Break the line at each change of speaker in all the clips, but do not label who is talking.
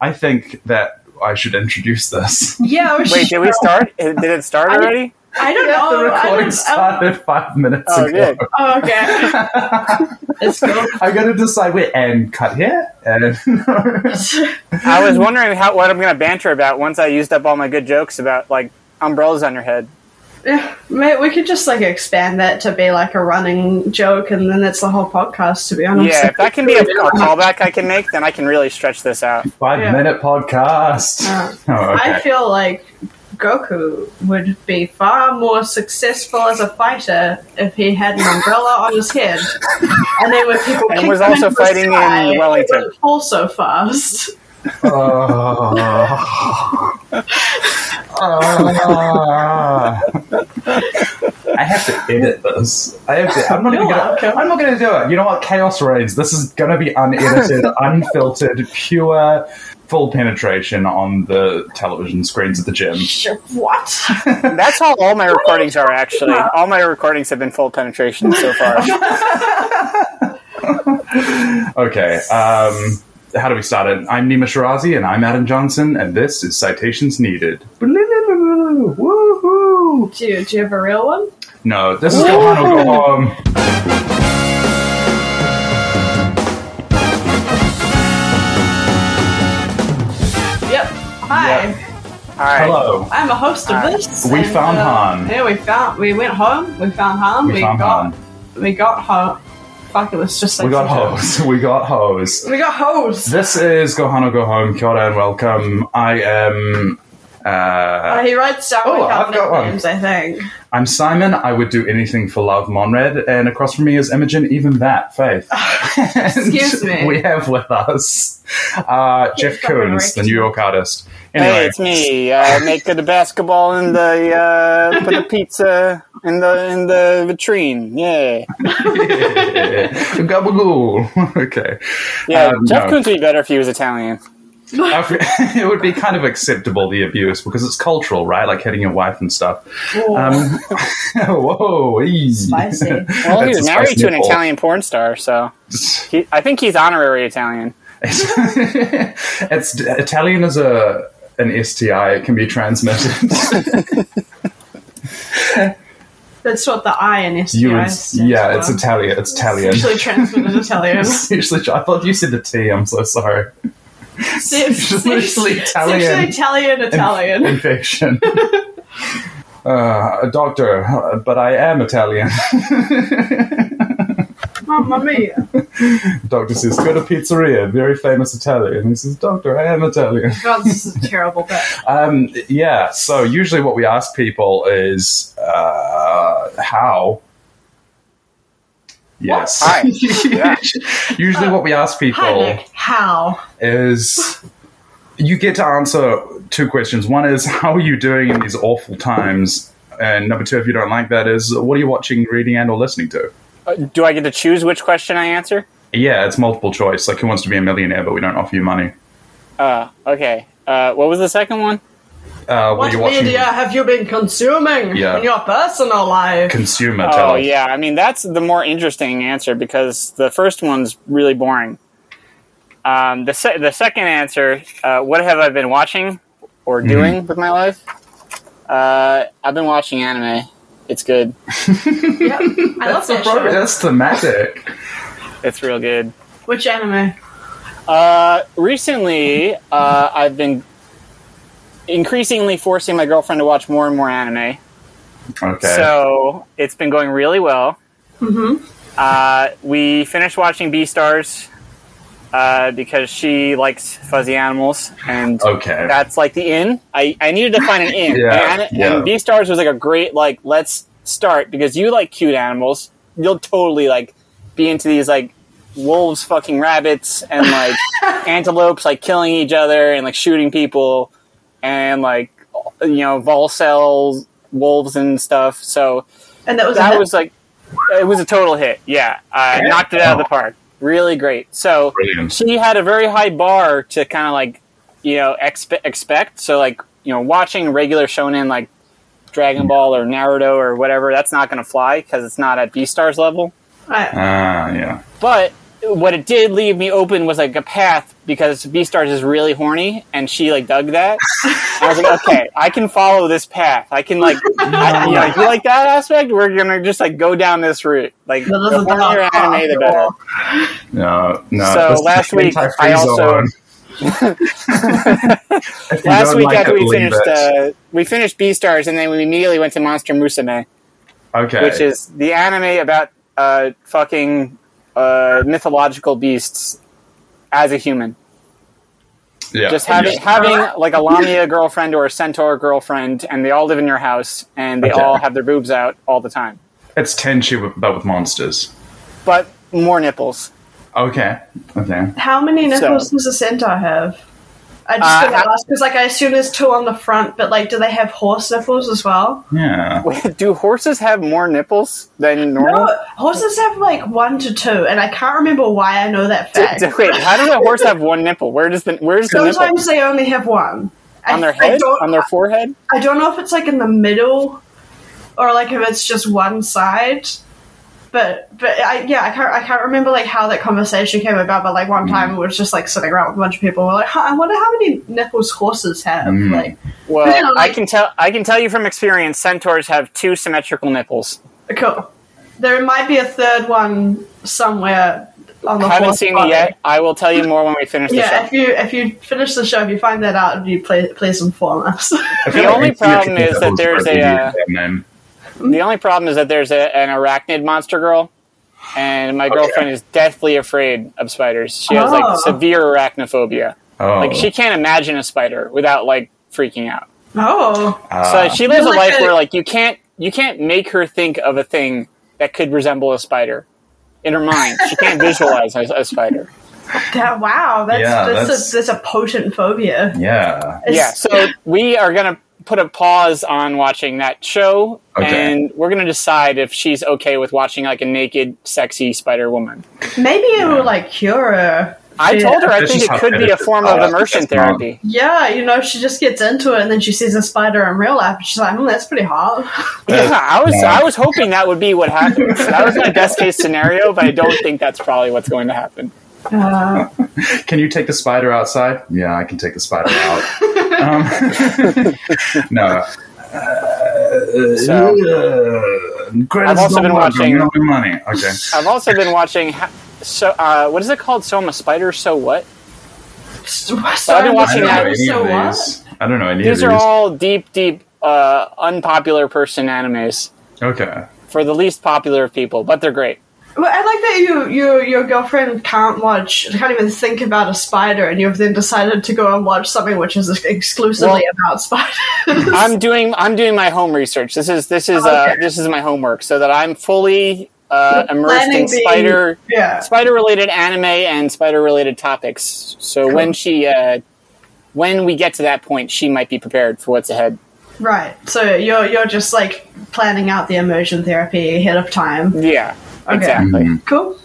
I think that I should introduce this.
Yeah. Or
Wait, did we start? Did it start
I-
already?
I don't know.
the
I
recording
don't, oh,
started five minutes
Oh,
ago.
good.
oh, okay. Let's go.
I'm gonna decide wait and cut here and
I was wondering how what I'm going to banter about once I used up all my good jokes about like umbrellas on your head.
Yeah, Mate, we could just like expand that to be like a running joke, and then that's the whole podcast. To be honest,
Yeah, if that can be a, a callback I can make, then I can really stretch this out.
five
Yeah.
minute podcast.
Uh,
oh, okay.
I feel like Goku would be far more successful as a fighter if he had an umbrella on his head, and then when people
And
kicked
was
him
also
into the
fighting in
sky, he
Wellington.
wouldn't fall so fast.
Oh. Oh. I have to edit this. I have to. I'm not
You're
even gonna.
welcome.
I'm not gonna do it. You know what? Chaos reigns. This is gonna be unedited, unfiltered, pure, full penetration on the television screens at the gym.
What?
That's how all my recordings are actually. All my recordings have been full penetration so far.
Okay. Um, how do we start it? I'm Nima Shirazi, and I'm Adam Johnson, and this is Citations Needed. Woohoo!
Do you, do you have a real one?
No, this is Go Home, Go Home.
Yep. Hi.
Yep.
All right.
Hello.
I'm a host of
Hi.
this.
We
and,
found
uh,
Han.
Yeah, we found. We went home. We found Han.
We,
We,
found
got.
Han.
We got home. Fuck, it was just like
We got
such a-
hose. We got hose.
We got hosed.
This is Gohano Go Home. Kia ora and welcome. I am.
Uh,
Uh,
he writes down
Oh,
like our
I've got one.
nicknames, I think.
I'm Simon. I would do anything for love, Monred. And across from me is Imogen, even that, Faith.
Excuse
And
me.
We have with us uh, Jeff
fucking
Koons, the
right.
New York artist.
Hey,
Anyway,
it's me. I make the basketball and the uh, put the pizza in the in the vitrine. Yeah,
Gabagool. okay.
yeah.
Um,
Jeff
no.
Koons would be better if he was Italian.
it would be kind of acceptable the abuse because it's cultural, right? Like hitting your wife and stuff. Um, whoa, easy.
Spicy.
Well, he
That's
was
a
married
spicy
to an
nipple.
Italian porn star, so he, I think he's honorary Italian.
it's Italian is a an STI. It can be transmitted.
That's what the I in STI
you, would-
stands
yeah, it's
for.
Italian. It's Italian.
Usually transmitted Italian.
It's usually, I thought you said the T. I'm so sorry.
Usually
Usually Italian.
Italian, Italian.
Infection. Uh, a doctor, uh, but I am Italian.
Mamma mia.
Doctor says, go to pizzeria, very famous Italian. He says, doctor, I am Italian.
God, this is a terrible bit.
Um, yeah, so usually what we ask people is uh, how. Yes.
Hi. Yeah.
usually what we ask people
Hi, Nick. How?
is you get to answer two questions. One is, how are you doing in these awful times? And number two, if you don't like that, is what are you watching, reading, and or listening to?
Uh, Do I get to choose which question I answer?
Yeah, it's multiple choice. Like, who wants to be a millionaire, but we don't offer you money?
Uh, okay. Uh, what was the second one?
Uh, what,
What
are you watching?
media have you been consuming
Yeah.
in your personal life?
Consumer. tell
Oh
us.
yeah, I mean that's the more interesting answer because the first one's really boring. Um, the se- the second answer, uh, what have I been watching or
Hmm.
doing with my life? Uh, I've been watching anime. It's good.
yep. I love
That's
that
appropriate.
show.
That's thematic.
It's real good.
Which anime?
Uh, recently, uh, I've been increasingly forcing my girlfriend to watch more and more anime.
Okay.
So it's been going really well.
Mm-hmm.
Uh, we finished watching Beastars uh, because she likes fuzzy animals, and
okay.
that's like the in. I, I needed to find an in,
Yeah,
and, and
yeah.
Beastars was like a great like let's start because you like cute animals. You'll totally like be into these like wolves fucking rabbits and like antelopes like killing each other and like shooting people and like you know volcel wolves and stuff. So
And that was
that
a-
was like it was a total hit. Yeah, I
Okay.
knocked it out of the park. Really great. So
Brilliant.
she had a very high bar to kind of like you know expe- expect. So like you know watching regular shonen like Dragon Ball or Naruto or whatever that's not going to fly because it's not at B stars level.
Right.
Ah, yeah.
But what it did leave me open was like a path because B Stars is really horny and she like dug that. I was like, okay, I can follow this path. I can like, I, you know, if you like that aspect, we're gonna just like go down this route. Like the
This is
hornier
not
anime, the better.
possible.
No, no. that's
So
the
last week, I
anti-freeze
also-
zone. If you
Last
don't
week
like
after
it,
we
leave
finished,
it.
uh, we finished B Stars and then we immediately went to Monster Musume,
okay,
which is the anime about uh, fucking uh, mythological beasts as a human.
yeah,
just having
yeah.
having like a lamia girlfriend or a centaur girlfriend, and they all live in your house, and they
Okay.
all have their boobs out all the time,
it's Tenchi with- but with monsters.
but more nipples.
Okay, okay.
How many nipples does a centaur have? I just
Uh,
gonna
I-
ask because, like, I assume there's two on the front, but like, do they have horse nipples as well?
Yeah.
Do horses have more nipples than normal?
No, Oh, horses have like one to two, and I can't remember why I know that
D-
fact.
d- Wait, how does a horse have one nipple? Where does the where's the nipple
Sometimes they only have one
on their
I, I
head,
don't,
on their forehead?
I don't know if it's like in the middle, or like if it's just one side. But but I, yeah, I can't I can't remember like how that conversation came about. But like one
Mm.
time, we was just like sitting around with a bunch of people. We're like, "Huh, I wonder how many nipples horses have.
Mm.
Like,
Well,
Yeah, like-
I can tell I can tell you from experience, centaurs have two symmetrical nipples.
Cool. There might be a third one somewhere on the
Haven't
fourth
seen
body.
it yet. I will tell you more when we finish the
Oh, Yeah,
show.
if you if you finish the show, if you find that out, you play please inform us.
I feel
only
it's literally
problem is that
those
there's
birds
a,
that
uh,
use that name.
The only problem is that there's a, an arachnid monster girl, and my girlfriend is deathly afraid of spiders. She has
Oh.
like severe arachnophobia.
Oh,
Like she can't imagine a spider without like freaking out.
oh,
uh,
so she lives a
You're like
life
a-
where like you can't you can't make her think of a thing that could resemble a spider. In her mind, she can't visualize a, a spider.
that, wow, that's
Yeah,
that's,
that's-
A, that's a potent phobia.
yeah.
It's-
Yeah, so we are gonna put a pause on watching that show,
Okay.
and we're gonna decide if she's okay with watching like a naked, sexy spider woman.
maybe it will like cure her.
I
Yeah.
told her I
This
think
is
it
how
could be a
fetishes
form
are.
of immersion
Oh, That's not-
therapy.
Yeah, you know, she just gets into it and then she sees a spider in real life. And she's like, oh, that's pretty hot.
Yeah, I was
Yeah.
I was hoping that would be what happens. That was my best case scenario, but I don't think that's probably what's going to happen.
Uh,
Can you take the spider outside? Yeah, I can take the spider out. um, no.
So
Uh, great,
I've
it's
also
not
been
money,
watching-
not my money. Okay.
I've also been watching ha- so uh, what is it called? So I'm a spider. So what?
so,
I've been
I
watching
don't know
that.
any
So
of
what?
these. I don't know any
These
of
are
these.
all deep, deep, uh, unpopular person animes
okay.
for the least popular of people, but they're great.
Well, I like that you, you your girlfriend can't watch, can't even think about a spider, and you've then decided to go and watch something which is exclusively
Well-
about spiders.
I'm doing I'm doing my home research. This is this is uh,
Okay.
this is my homework so that I'm fully uh, immersed in
Planning the-
spider.
yeah.
spider related anime and spider related topics. So when she uh, when we get to that point, she might be prepared for what's ahead.
Right. So you're you're just like planning out the immersion therapy ahead of time.
Yeah,
Okay.
exactly.
Mhm.
Cool.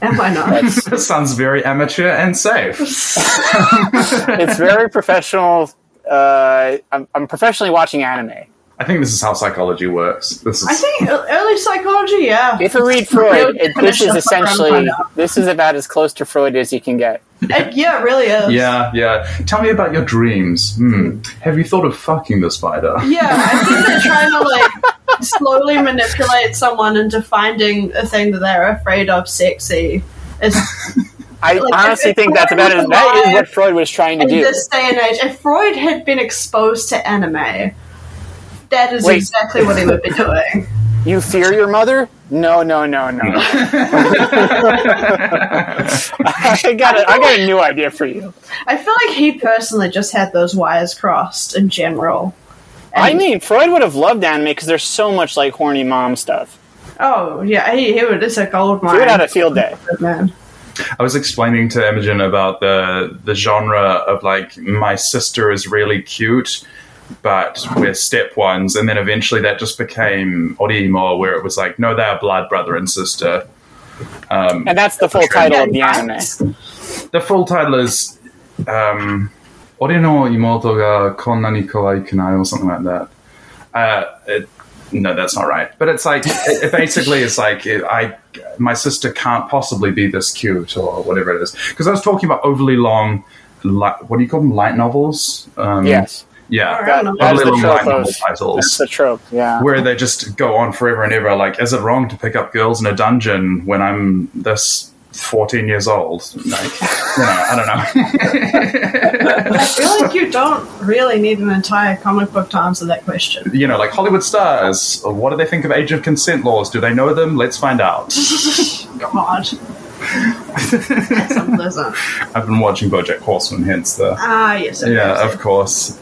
And why not?
That's,
This sounds very amateur and safe.
it's very professional. Uh, I'm, I'm professionally watching anime.
I think this is how psychology works. This is
I think ear- early psychology, yeah.
If you read Freud, it, this is essentially this is about as close to Freud as you can get.
It, yeah, it really is.
Yeah, yeah. Tell me about your dreams. Hmm. Have you thought of fucking the spider?
Yeah, I think they're trying to like slowly manipulate someone into finding a thing that they're afraid of sexy. It's,
I
Like,
honestly
if
think that's
Freud
about
was
as that is
alive
what Freud was trying to
in
do.
this day and age, if Freud had been exposed to anime, that is
Wait.
exactly what he would be doing.
You fear your mother? No, no, no, no. I got a, I got a new idea for you.
I feel like he personally just had those wires crossed in general.
I
And-
mean, Freud would have loved anime because there's so much like horny mom stuff.
oh yeah, he, he would. It's a gold mine.
He would have had a field day.
man.
I was explaining to Imogen about the the genre of like my sister is really cute, but we're step ones, and then eventually that just became Orimo, where it was like, no, they are blood brother and sister.
And that's the full title of the anime.
The full title is um, Orino Imoto ga Konna ni Kawaii Kanai or something like that. Uh, it, no, that's not right. But it's like it, it basically is like it, I my sister can't possibly be this cute or whatever it is because I was talking about overly long. Li- what do you call them? Light novels. Um,
Yes.
Yeah.
That-
overly
that's the
long light
trope.
novel titles
That's the trope. Yeah.
where they just go on forever and ever. Like, is it wrong to pick up girls in a dungeon when I'm this 14 years old? Like, you know, I don't know.
I feel like you don't really need an entire comic book to answer that question.
you know, like Hollywood stars. What do they think of age of consent laws? Do they know them? Let's find out.
God. That's unpleasant.
I've been watching BoJack Horseman, hence the
Ah, yes. it
yeah,
is.
of course.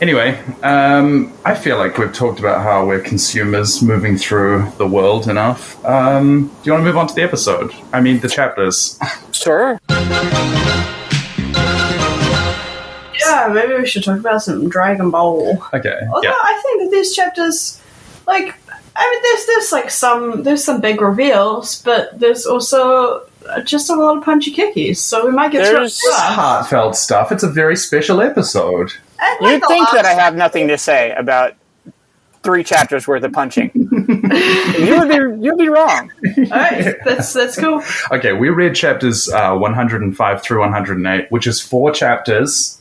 Anyway, um, I feel like we've talked about how we're consumers moving through the world enough. Um, do you want to move on to the episode? I mean, the chapters.
Sure.
Yeah, maybe we should talk about some Dragon Ball.
okay.
Although
Yeah.
I think that these chapters, like, I mean, there's there's like some there's some big reveals, but there's also uh, just a lot of punchy kickies. So we might get
There's-
through. it.
heartfelt stuff. It's a very special episode.
And, like,
You'd
the
think that I
last-
have nothing to say about three chapters worth of punching. you would be you'd be wrong.
Alright, that's that's cool.
Okay, we read chapters uh, 105 through 108, which is four chapters.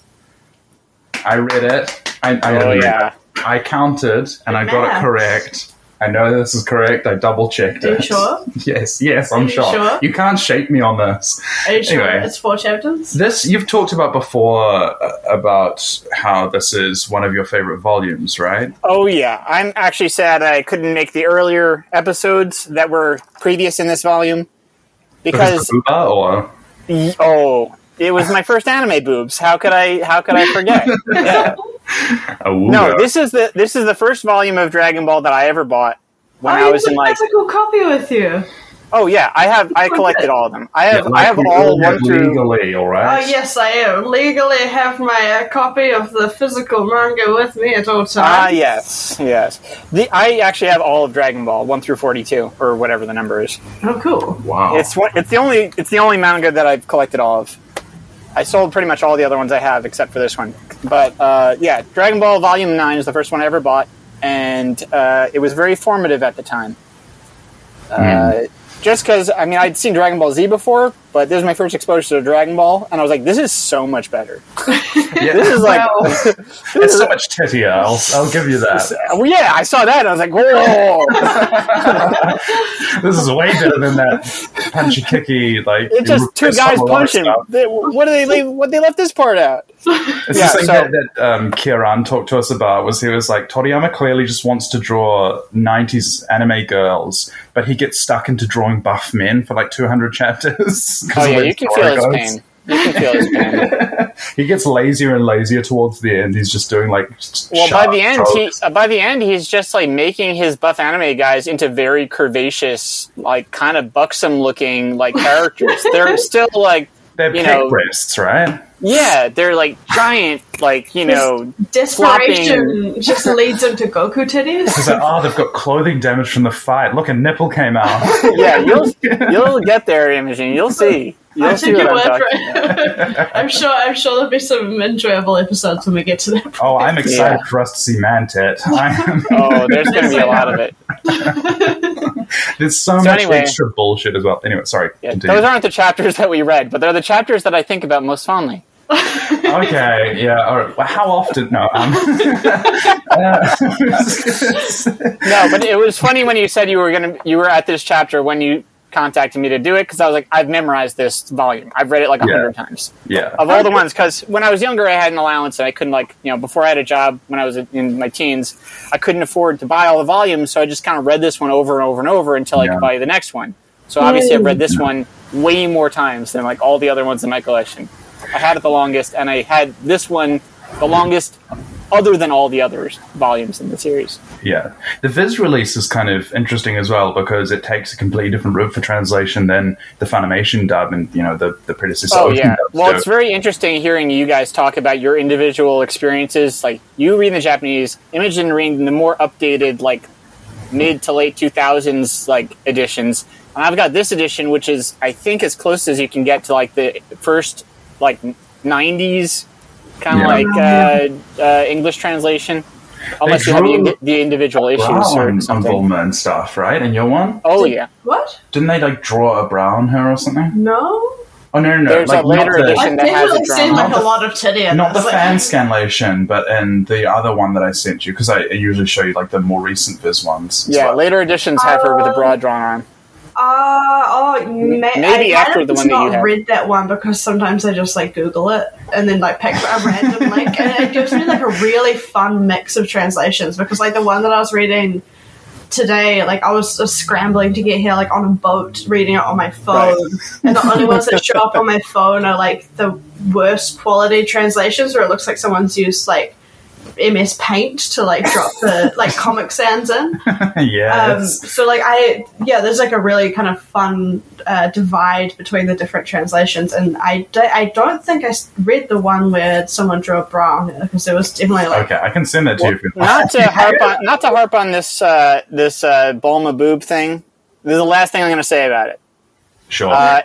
I read it. I, I,
Oh
admit,
yeah.
I counted and I got
Maths.
it correct. I know this is correct. I double checked
Are you
it.
sure?
Yes, yes, I'm
you
sure.
sure?
You can't shake me on this.
Are you sure
Anyway.
it's four chapters?
This you've talked about before uh, about how this is one of your favorite volumes, right?
Oh yeah. I'm actually sad I couldn't make the earlier episodes that were previous in this volume because
Uber or
oh, it was my first anime boobs. How could I how could I forget? Yeah.
a
No,
Uber.
this is the this is the first volume of Dragon Ball that I ever bought when
oh,
I
you
was
took
in
a
like
physical copy with you.
oh yeah, I have I collected all of them. I have I
like
have
we
all
have
one through
legally, all
Oh
right?
yes, I am. legally have my uh, copy of the physical manga with me at all times.
Ah, yes, yes. The I actually have all of Dragon Ball one through forty-two or whatever the number is.
Oh, cool.
Wow.
It's one, it's the only it's the only manga that I've collected all of. I sold pretty much all the other ones I have except for this one. But uh, yeah, Dragon Ball Volume Nine is the first one I ever bought, and uh, it was very formative at the time.
Hmm.
Uh, just because I mean I'd seen Dragon Ball Z before, but this was my first exposure to Dragon Ball, and I was like, this is so much better.
Yeah.
This is like.
Wow.
It's so much tittier. I'll, I'll give you that.
uh, Well, yeah, I saw that. And I was like, "Whoa!"
This is way better than that punchy kicky like.
It's just two
it's
guys
a lot of
punching.
stuff.
They, what do they leave? What they left this part out?
It's
Yeah,
the thing
so-
that, that um, Kieran talked to us about. Was he was like Toriyama clearly just wants to draw '90s anime girls, but he gets stuck into drawing buff men for like 200 chapters. 'cause
Oh
of
yeah,
where
you can
the
feel
story
his
goes.
pain. You can feel his pain.
He gets lazier and lazier towards the end. He's just doing like.
Well, by the end, he uh, by the end he's just like making his buff anime guys into very curvaceous, like kind of buxom looking like characters. They're still like,
they're
you
pig
know-
breasts, right?
yeah, they're like giant, like you know,
Desperation just leads him to Goku titties.
He's like, oh, they've got clothing damage from the fight. Look, a nipple came out.
yeah. You'll you'll get there, Imogen. You'll see. You'll
I'll
see
take your
what I'm
word
talking.
for it. I'm sure. I'm sure there'll be some enjoyable episodes when we get to that.
Oh, I'm excited for us to see Mantet. I am,
Oh, there's going to be a lot of it.
there's so,
So
much
anyway-
extra bullshit as well. Anyway, sorry.
Yeah,
continue.
those aren't the chapters that we read, but they're the chapters that I think about most fondly.
okay, yeah. All right. Well, how often? No. Um, uh,
No, but it was funny when you said you were gonna you were at this chapter when you contacted me to do it because I was like I've memorized this volume. I've read it like a
Yeah.
hundred times
yeah.
of all the ones because when I was younger I had an allowance and I couldn't like you know before I had a job when I was in my teens I couldn't afford to buy all the volumes so I just kind of read this one over and over and over until I
Yeah.
could buy the next one. So obviously I've read this one way more times than like all the other ones in my collection. I had it the longest and I had this one the longest other than all the others volumes in the series.
Yeah. The Viz release is kind of interesting as well because it takes a completely different route for translation than the Funimation dub and, you know, the, the predecessor.
Oh
Ocean
yeah.
dubs
Well,
do.
it's very interesting hearing you guys talk about your individual experiences. Like you reading the Japanese, Imogen reading the more updated, like mid to late two thousands like editions, and I've got this edition, which is I think as close as you can get to like the first like nineties kind
Yeah.
of like uh, uh, English translation. Unless
They
you have the,
drew
indi- the individual issues
Brown
or
on
something.
Bulma and stuff, right? And your one?
Oh yeah,
What?
Didn't they like draw a brown her or something?
No.
Oh no, no, no.
There's
like
a later
not the,
edition.
I've
And that has a
definitely seen
drama.
like
Not
a
the-
lot of titty in
Not the
this. like,
fan scanlation, but in the other one that I sent you because I, I usually show you like the more recent Viz ones. as
yeah.
well.
Later editions have her with a
Um,
bra drawn on.
Uh, oh, may-
Maybe
I,
after
I
the one
just
that you
not
had.
read that one because sometimes I just like Google it and then like pick a random link, and it gives me like a really fun mix of translations because like the one that I was reading today, like I was just scrambling to get here like on a boat reading it on my phone, and the only ones that show up on my phone are like the worst quality translations where it looks like someone's used like MS Paint to like drop the like Comic Sans in. Um,
yes.
so like I yeah, there's like a really kind of fun uh, divide between the different translations, and I d- I don't think I s- read the one where someone drew a bra on it because there was definitely like
okay, I can send that to you. If you
Not to harp on, not to harp on this uh, this uh, Bulma boob thing. This is the last thing I'm going to say about it.
sure.
Uh,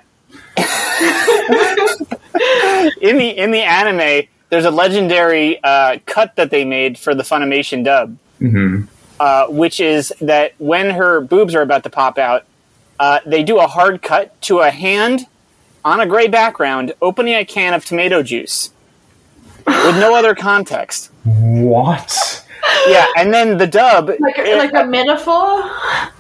in the in the anime, there's a legendary uh, cut that they made for the Funimation dub,
Mhm.
uh, which is that when her boobs are about to pop out, uh, they do a hard cut to a hand on a gray background opening a can of tomato juice with no other context.
What?
Yeah, and then the dub
like a,
it-
like a metaphor.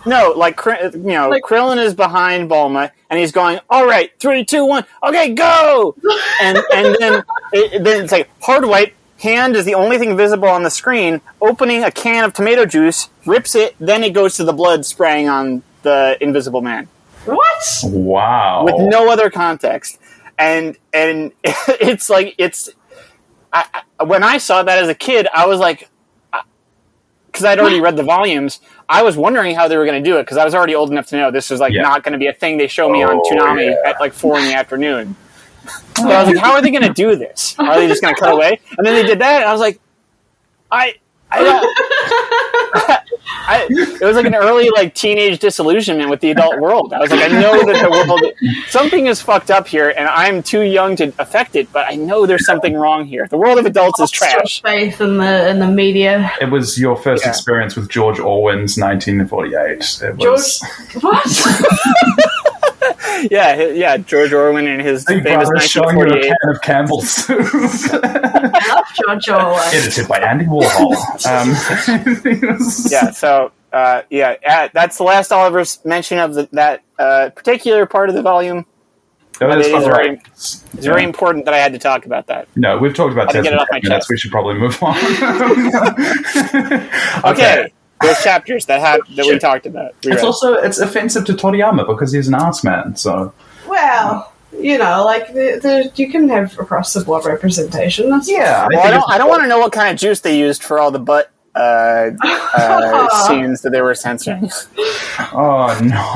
No, like Kr- you know,
Like-
Krillin is behind Bulma, and he's going, "All right, three, two, one, okay, go!" And and then it, then it's like hard white hand is the only thing visible on the screen. Opening a can of tomato juice, rips it, then it goes to the blood spraying on the Invisible Man
What?
Wow.
with no other context. And and it's like it's I, I, when I saw that as a kid, I was like, because I'd already read the volumes, I was wondering how they were going to do it because I was already old enough to know this was like
Yeah.
not going to be a thing they show me
Oh,
on Toonami
yeah.
at like four in the afternoon. So I was like, how are they going to do this? Are they just going to cut away? And then they did that, and I was like, I. I don't. I, it was like an early, like teenage disillusionment with the adult world. I was like, I know that the world, something is fucked up here, and I'm too young to affect it. But I know there's something wrong here. The world of adults is trash.
Faith in the in the media.
It was your first
Yeah.
experience with George Orwell's 1948. It
George,
was.
what?
Yeah, hi- yeah, George Orwin and his
Big
famous
Brother showing you a
1948.
can of Campbell's soup.
I love George Orwell.
Edited by Andy Warhol. Um,
Yeah, so uh, yeah, uh, that's the last Oliver's mention of the, that uh, particular part of the volume.
No, that's
It is
not
very-
right.
It's very
Yeah.
important that I had to talk about that.
No, we've talked about
Let me
this.
get it off my
minutes.
chest.
We should probably move on.
Okay, those chapters that have that we talked about. We
It's
read.
also it's offensive to Toriyama because he's an ass man. So
Well, you know, like the, the, you can have across the board representation. That's
yeah,
well, I
think
don't.
it's-
I don't want to know what kind of juice they used for all the butt uh, uh, scenes that they were censoring.
Oh no!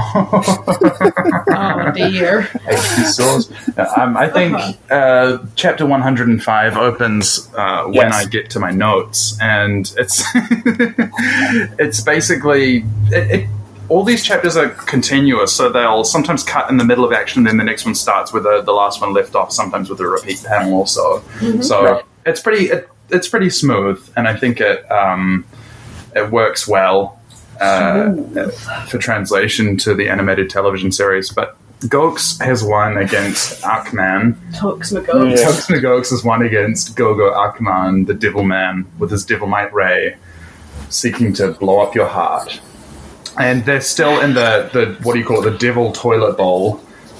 Oh dear.
Tasty sauce. um, I think
Uh-huh.
uh, chapter 105 opens uh, when
Yes.
I get to my notes, and it's it's basically it, it, all these chapters are continuous, so they'll sometimes cut in the middle of action, then the next one starts where the, the last one left off, sometimes with a repeat panel or so. So
Mm-hmm. Right.
it's pretty it, it's pretty smooth, and I think it um, it works well. Uh, for translation to the animated television series, but Gox has won against Akman.
Talks McGoat.
Yeah.
Gox Gox has won against Gogo Akman, the Devil Man, with his Devilmite Ray, seeking to blow up your heart. And they're still in the, the what do you call it, the Devil Toilet Bowl.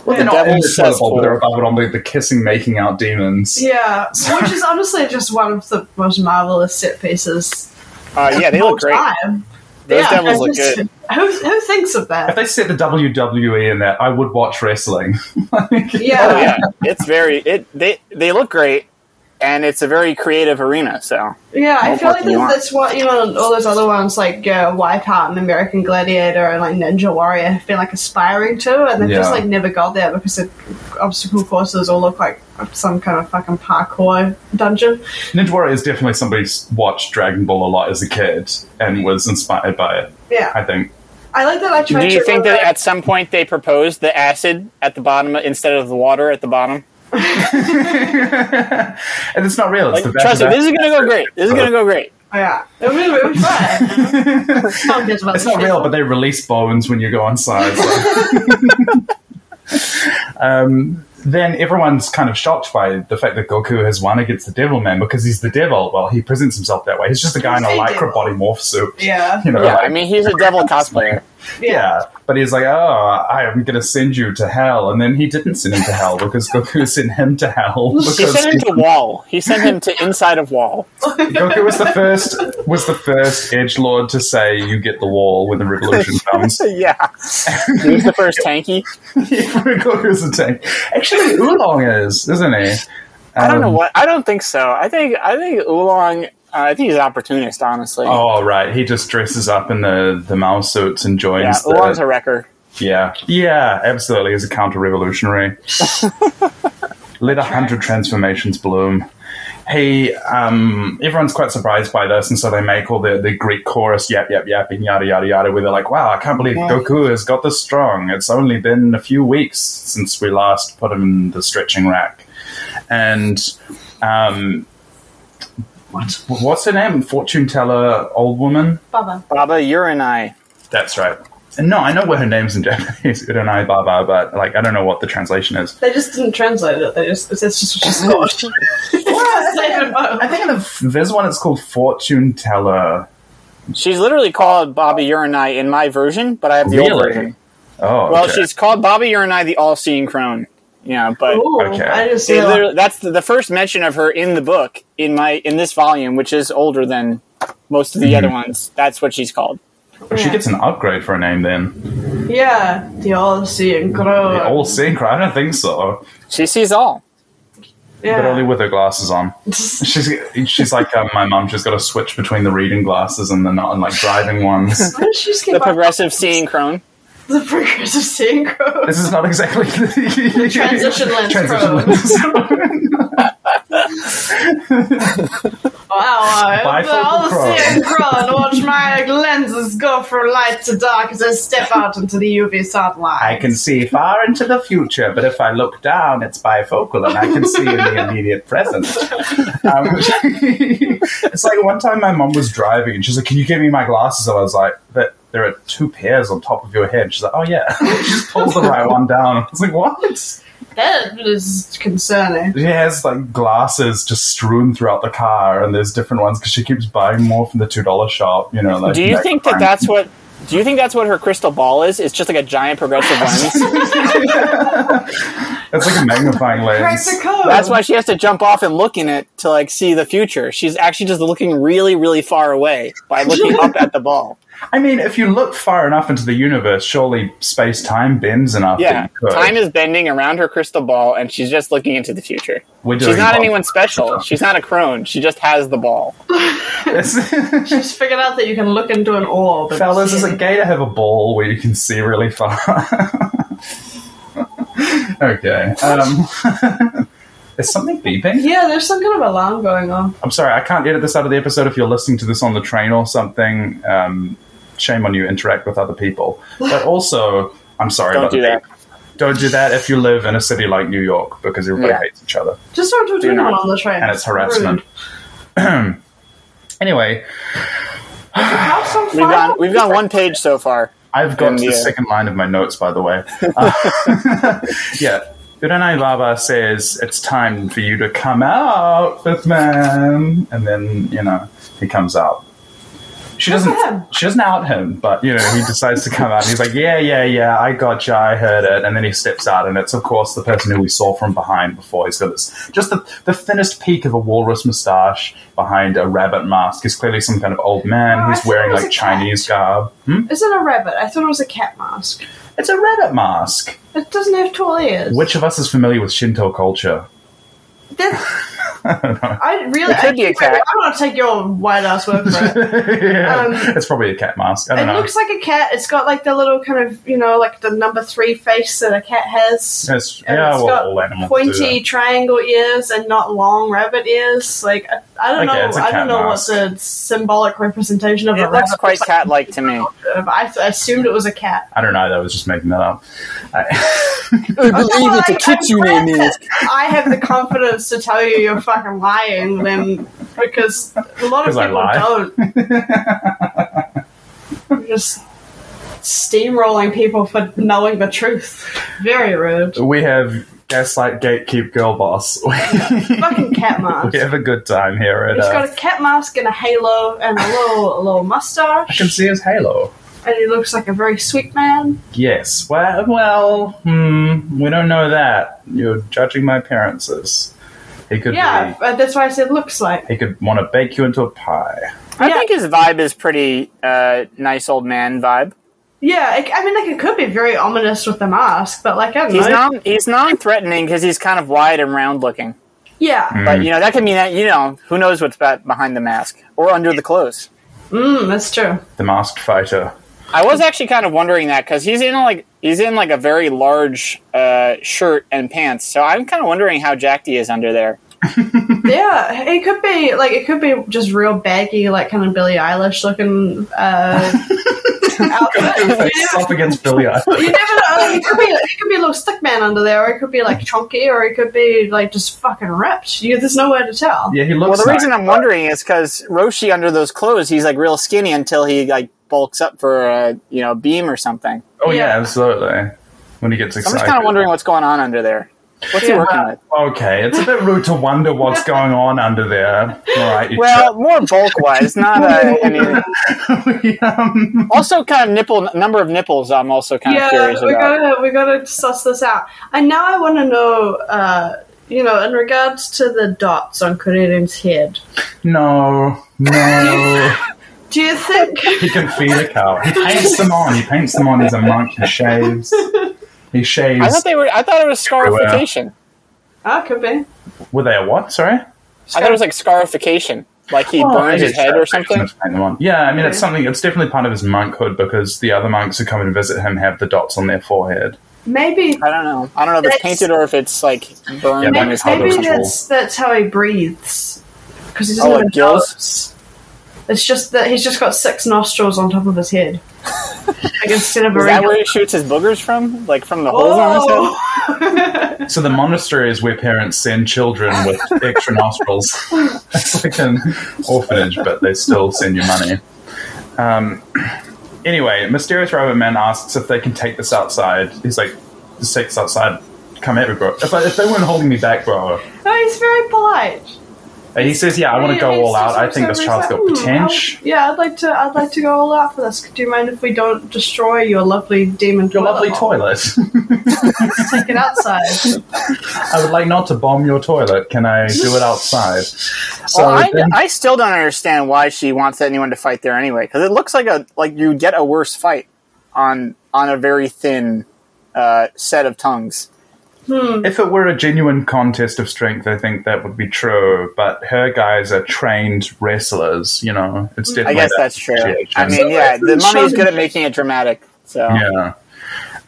Well, they're
The
not in the
devil's
toilet bowl,
cesspool.
but they're above it on the, the kissing, making out demons.
Yeah, which is honestly just one of the most marvelous set pieces.
Uh, yeah, they
of all
look great.
Time.
Those
yeah,
devils
I
look
just-
good.
Who, who thinks of
If
that?
they set the WWE in there, I would watch wrestling.
Yeah.
Oh yeah, it's very. It they they look great, and it's a very creative arena. So
Yeah, I
More
feel like
fucking
that's,
art.
that's what you know. All those other ones like uh, Wipeout and American Gladiator and like Ninja Warrior have been like aspiring to, and they've just
Yeah.
like never got there because the obstacle courses all look like some kind of fucking parkour dungeon.
Ninja Warrior is definitely somebody who's watched Dragon Ball a lot as a kid and was inspired by it.
Yeah,
I think.
I like that. I tried
Do you
to
think that
remember-
at some point they proposed the acid at the bottom instead of the water at the bottom?
and it's not real. It's
Like,
the
trust me, this is gonna go great. This is gonna go great.
yeah, it was, it was fun. Tom cares about
It's
this
not
shit.
real, but they release bones when you go on side. so. um, then everyone's kind of shocked by the fact that Goku has won against the Devil Man because he's the devil. Well, he presents himself that way. He's just a guy in a
He's a
lycra
devil.
body morph suit.
Yeah,
You know,
Yeah,
like-
I mean, he's a devil cosplayer.
yeah. But he's like, oh, I'm going to send you to hell. And then he didn't send him to hell because Goku sent him to hell. Because
He sent him to Wall. He sent him to inside of Wall.
Goku was the first was the first Edge Lord to say, "You get the wall when the revolution comes."
yeah, he was the first tanky.
Goku's a tank. Actually, Oolong is, isn't he?
I don't know
Um,
what. I don't think so. I think I think Oolong. Uh, I think he's an opportunist, honestly.
Oh right, he just dresses up in the the Mao suits and
yeah,
joins.
Oolong's
the,
a wrecker.
yeah, yeah, absolutely. He's a counter revolutionary. Let a hundred transformations bloom. He, um, everyone's quite surprised by this, and so they make all the, the Greek chorus, yap, yap, yap, and yada, yada, yada, where they're like, wow, I can't believe
Yeah.
Goku has got this strong. It's only been a few weeks since we last put him in the stretching rack. And um, what? what's her name? Fortune teller, old woman?
Baba.
Baba, you're and I.
That's right. And no, I know what her name's in Japanese, Uranai Baba, but like I don't know what the translation is.
They just didn't translate it. They just it's it's just what she's called.
I think in the there's one that's called Fortune Teller.
She's literally called Baba Uranai in my version, but I have the old
Really?
version.
Oh,
Well,
okay.
she's called Baba Uranai the All-Seeing Crone. Yeah, but
Ooh,
Okay.
I just
they
Oh, yeah.
literally- that's the, the first mention of her in the book in my in this volume, which is older than most of the other
Mm-hmm.
ones. That's what she's called.
she gets an upgrade for a name then.
yeah, the all seeing
The
crow.
All seeing I don't think so,
She sees all.
Yeah.
but only with her glasses on. She's she's like um, my mom. She's got to switch between the reading glasses and the not and like driving ones.
Why does she just
The
keep on-
progressive seeing crone.
the progressive seeing crow?
This is not exactly the
transition lens
Transition
pro.
lens.
Wow, I'm
Bifocal
all
crow.
seeing crow and watch my lenses go from light to dark as I step out into the UV sunlight.
I can see far into the future, but if I look down, it's bifocal and I can see in the immediate present. Um, it's like one time my mom was driving and she's like, Can you give me my glasses? And I was like, "That There are two pairs on top of your head. She's like, Oh, yeah. She just pulls the right one down. I was like, What?
That is concerning.
She has like glasses just strewn throughout the car and there's different ones because she keeps buying more from the $2 shop. You know, like,
Do you think that that's what? Do you think that's what her crystal ball is? It's just like a giant progressive lens.
It's like a magnifying
Crack
lens.
the code.
That's why she has to jump off and look in it to like see the future. She's actually just looking really, really far away by looking up at the ball.
I mean, if you look far enough into the universe, surely space time bends enough.
Yeah,
that you could.
time is bending around her crystal ball, and she's just looking into the future.
We're
She's
doing
not
well.
anyone special. She's not a crone. She just has the ball.
It's-
Just figured out that you can look into an orb. and
Fellas,
see
is it
it.
gay to have a ball where you can see really far? okay. Um, is something beeping?
Yeah, there's some kind of alarm going on.
I'm sorry, I can't edit this out of the episode. If you're listening to this on the train or something, um, shame on you. Interact with other people, but also, I'm sorry.
Don't
about
do
the
that.
beep. Don't do that if you live in a city like New York because everybody
Yeah.
hates each other.
Just don't talk to
Do
anyone
not.
on the train.
and it's harassment. anyway,
We've gone. We've gone one page so far.
I've got
And,
to the
yeah.
second line of my notes, by the way. Uh, yeah. Uranai Baba says, It's time for you to come out, with man. And then, you know, he comes out. She
Good for him.
doesn't. She doesn't out him, but you know he decides to come out. And he's like, "Yeah, yeah, yeah, I gotcha, I heard it." And then he steps out, and it's of course the person who we saw from behind before. He's got this just the, the thinnest peak of a walrus moustache behind a rabbit mask. He's clearly some kind of old man.
Oh, I
who's
thought
wearing
it was
like
a cat.
Chinese garb. Hmm?
Is it a rabbit? I thought it was a cat mask.
It's a rabbit mask.
It doesn't have tall ears.
Which of us is familiar with Shinto culture?
That-
I don't know.
I really.
It could be a cat.
I'm gonna take your white ass word for it.
Yeah,
Um,
it's probably a cat mask. I
It
don't know.
looks like a cat. It's got like the little kind of you know like the number three face that a cat has.
It's-
And
yeah,
it's
well,
got
all animals do
pointy
that.
triangle ears and not long rabbit ears. Like I, I don't
Okay, it's
know.
a
I
cat
don't know
mask.
what the symbolic representation of a
It
rabbit
looks quite
looks like.
cat-like to me.
I th- assumed it was a cat.
I don't know. That was just making that up.
I
believe it's a kitsune mask. I have the confidence to tell you you're fucking lying, then because A lot of
'Cause I
people
lie.
don't. You're just steamrolling people for knowing the truth. Very rude.
We have Gaslight Gatekeep Girl Boss. we
Fucking cat mask.
have a good time here. At,
He's got
uh,
a cat mask and a halo and a little a little
I
mustache,
can see his halo.
and he looks like a very sweet man.
Yes. Well, well, hmm, we don't know that. You're judging my appearances. He could
Yeah,
be,
uh, that's why I said looks like.
he could want to bake you into a pie.
I
Yeah.
think his vibe is pretty uh, nice old man vibe.
Yeah, it, I mean, like it could be very ominous with the mask, but like I don't
He's
know.
non he's non threatening because he's kind of wide and round looking.
yeah,
Hmm.
But you know that could mean that you know who knows what's be- behind the mask or under the clothes.
mm, that's true.
The masked fighter.
I was actually kind of wondering that because he's in like he's in like a very large uh, shirt and pants. So I'm kind of wondering how jacked he is under there.
Yeah, it could be like it could be just real baggy, like kind of Billie Eilish looking uh, outfit.
Face off against Billy Eilish.
You never know. It could be it could be a little stick man under there, or it could be like chunky, or it could be like just fucking ripped. You, there's no way to tell.
Yeah, he looks.
Well, the
nice,
reason I'm
but
wondering is because Roshi under those clothes, he's like real skinny until he like bulks up for a you know beam or something.
Oh yeah,
Yeah.
absolutely. When he gets
So I'm
excited.
just kind of wondering what's going on under there. What's he
Yeah.
working with?
Okay, it's a bit rude to wonder what's going on under there. All right. You
Well, more bulk wise, not uh, any.
ch- we, um,
Also, kind of nipple number of nipples. I'm also kind of
yeah,
curious
we
about.
gotta we gotta suss this out. And now I want to know, uh, you know, in regards to the dots on Kuririn's head.
no, no.
Do you think?
He can feed a cow. He paints them on. He paints them on. He's a monk. He shaves. He shaves.
I thought they were. I thought it was scarification.
Ah, could be.
Were they a what? Sorry.
I thought it was like scarification. Like he
Oh,
burns
yeah,
his head
sure.
or something.
Let's paint them on. Yeah, I mean, it's
Yeah.
something. It's definitely part of his monkhood because the other monks who come and visit him have the dots on their forehead.
Maybe.
I don't know. I don't know if it's
That's-
painted or if it's like burned
Yeah,
on
Maybe,
his head or
maybe
Hollywood
something.
that's that's how he breathes because he doesn't
Oh,
have
like
a
gills?
nose. It's just that he's just got six nostrils on top of his head. like instead of a
Is that
regular.
where he shoots his boogers from? Like from the holes on his head?
Oh,
So the monasteries where parents send children with extra nostrils. It's like an orphanage, but they still send you money. Um, anyway, mysterious robot man asks if they can take this outside. He's like, "Just take this outside. Come at me, bro. If, I, if they weren't holding me back, bro."
no, he's very polite.
And he says, "Yeah, I want to
He-
go
he's
all out.
just
I
like
think
so
this child's got
very- "Hmm, I'll-
potential."
yeah, I'd like to. I'd like to go all out for this. Do you mind if we don't destroy your lovely demon?
Your lovely
toilet?
toilet.
Let's Take it outside.
I would like not to bomb your toilet. Can I do it outside? So
well, I,
then-
I still don't understand why she wants anyone to fight there anyway. Because it looks like a like you get a worse fight on on a very thin uh, set of tongues.
if it were a genuine contest of strength, I think that would be true. But her guys are trained wrestlers. You know, it's
I
definitely.
guess
that
that's true.
situation.
I mean, yeah, the mummy's good at making it dramatic. So
Yeah.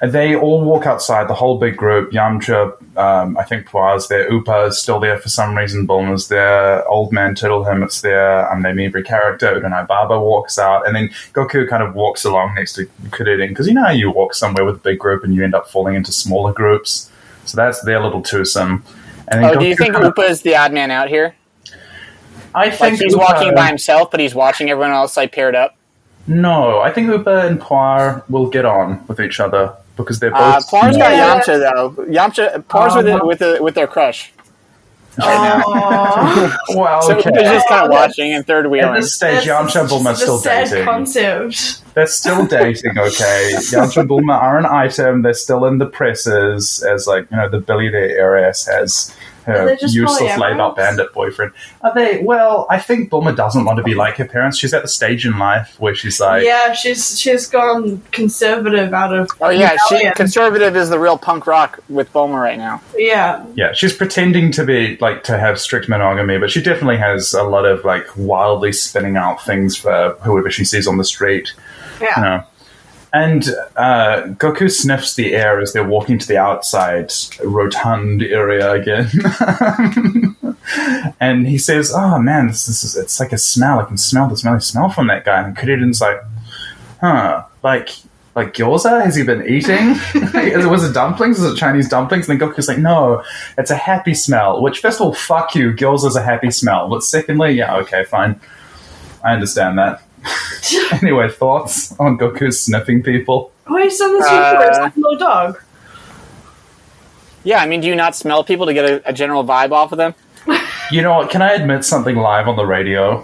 They all walk outside, the whole big group. Yamcha, um, I think Pua's there, Upa is still there for some reason, Bulma's there, Old Man Turtle Hermit's there, um, they meet every character, Udanai Baba walks out, and then Goku kind of walks along next to Kuririn, because you know how you walk somewhere with a big group and you end up falling into smaller groups? So that's their little twosome. And then
Oh, do you
Goku
think
kind of-
Upa is the odd man out here?
I
Like
think
he's
Upa-
walking by himself, but he's watching everyone else like paired up.
No, I think Upa and Puar will get on with each other, because they're both...
Uh, Par's
small.
got Yamcha though. Yamcha Par's with it, with the, with their crush.
Oh,
Well,
So
okay.
Upa's just kind of watching and third
At
wheeling.
this stage, Yamcha and Bulma are
the
still
sad
dating.
concept.
They're still dating, okay? Yamcha and Bulma are an item. They're still in the presses, as like you know, the billionaire heiress has
Are
her
they just
useless
polyamorous?
laid-up bandit boyfriend. Are they? Well, I think Bulma doesn't want to be like her parents. She's at the stage in life where she's like,
yeah, she's she's gone conservative out of.
Oh yeah, she,
rebellion.
conservative is the real punk rock with Bulma right now.
yeah,
yeah, she's pretending to be like to have strict monogamy, but she definitely has a lot of like wildly spinning out things for whoever she sees on the street.
yeah.
No. And uh, Goku sniffs the air as they're walking to the outside rotund area again. and he says, Oh man, this, this is, it's like a smell. I can smell the smelly smell from that guy. And Kuririn's like, Huh, like. Like gyoza? Has he been eating? Like, is it- was it dumplings? Is it Chinese dumplings? And then Goku's like, no, it's a happy smell. Which, first of all, fuck you. Gyoza's a happy smell. But secondly, yeah, okay, fine. I understand that. anyway, thoughts on Goku sniffing people?
Why is this
Uh,
universe like a little dog?
Yeah, I mean, do you not smell people to get a, a general vibe off of them?
You know what? Can I admit something live on the radio?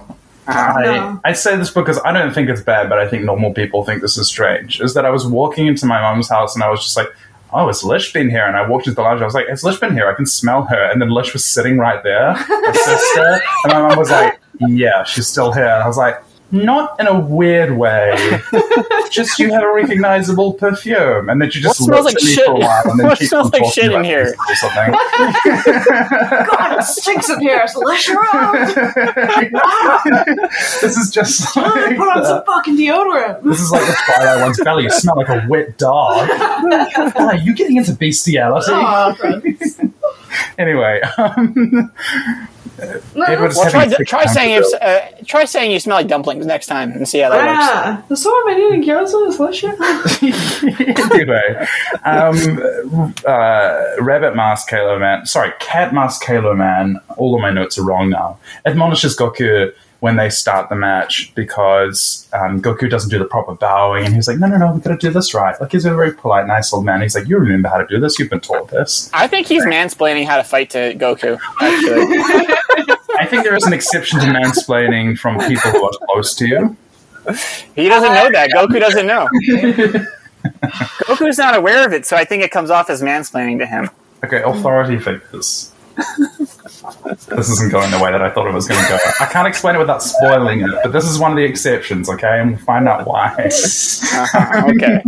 Uh-huh.
I,
No.
I say this because I don't think it's bad, but I think normal people think this is strange. Is that I was walking into my mom's house and I was just like, oh, is Lish been here? And I walked into the lounge. I was like, has Lish been here? I can smell her. And then Lish was sitting right there, her sister. And my mom was like, yeah, she's still here. And I was like, not in a weird way. just you have a recognizable perfume. And then she just
What smells
looked
like
at me
shit?
for a while. And then
What
keeps
smells
on
like
talking
shit in
about
here?
this Or something.
God, it stinks in here. So let her out.
this is just like
Put on
the-
some fucking deodorant.
this is like the Twilight one's belly. You smell like a wet dog. Are you getting into bestiality?
Oh, gross.
Anyway, um,
No,
Edward's
Well,
having
try,
a big
try
time
saying
to
if, uh, try saying you smell like dumplings next time and see how that works.
Yeah. Is someone been eating gyoza this last year?
go. anyway, um, uh, Rabbit Mask Kalo Man, sorry, Cat Mask Kalo Man. All of my notes are wrong now. Admonishes Goku when they start the match because um, Goku doesn't do the proper bowing, and he's like, "No, no, no, we got to do this right." Like he's a very polite, nice old man. He's like, "You remember how to do this? You've been taught this."
I think he's mansplaining how to fight to Goku. Actually,
I think there is an exception to mansplaining from people who are close to you.
he doesn't know that. Goku doesn't know. Goku's not aware of it, so I think it comes off as mansplaining to him.
Okay, authority figures. this isn't going the way that I thought it was going to go. I can't explain it without spoiling it, but this is one of the exceptions, okay? And we'll find out why.
Uh-huh, okay.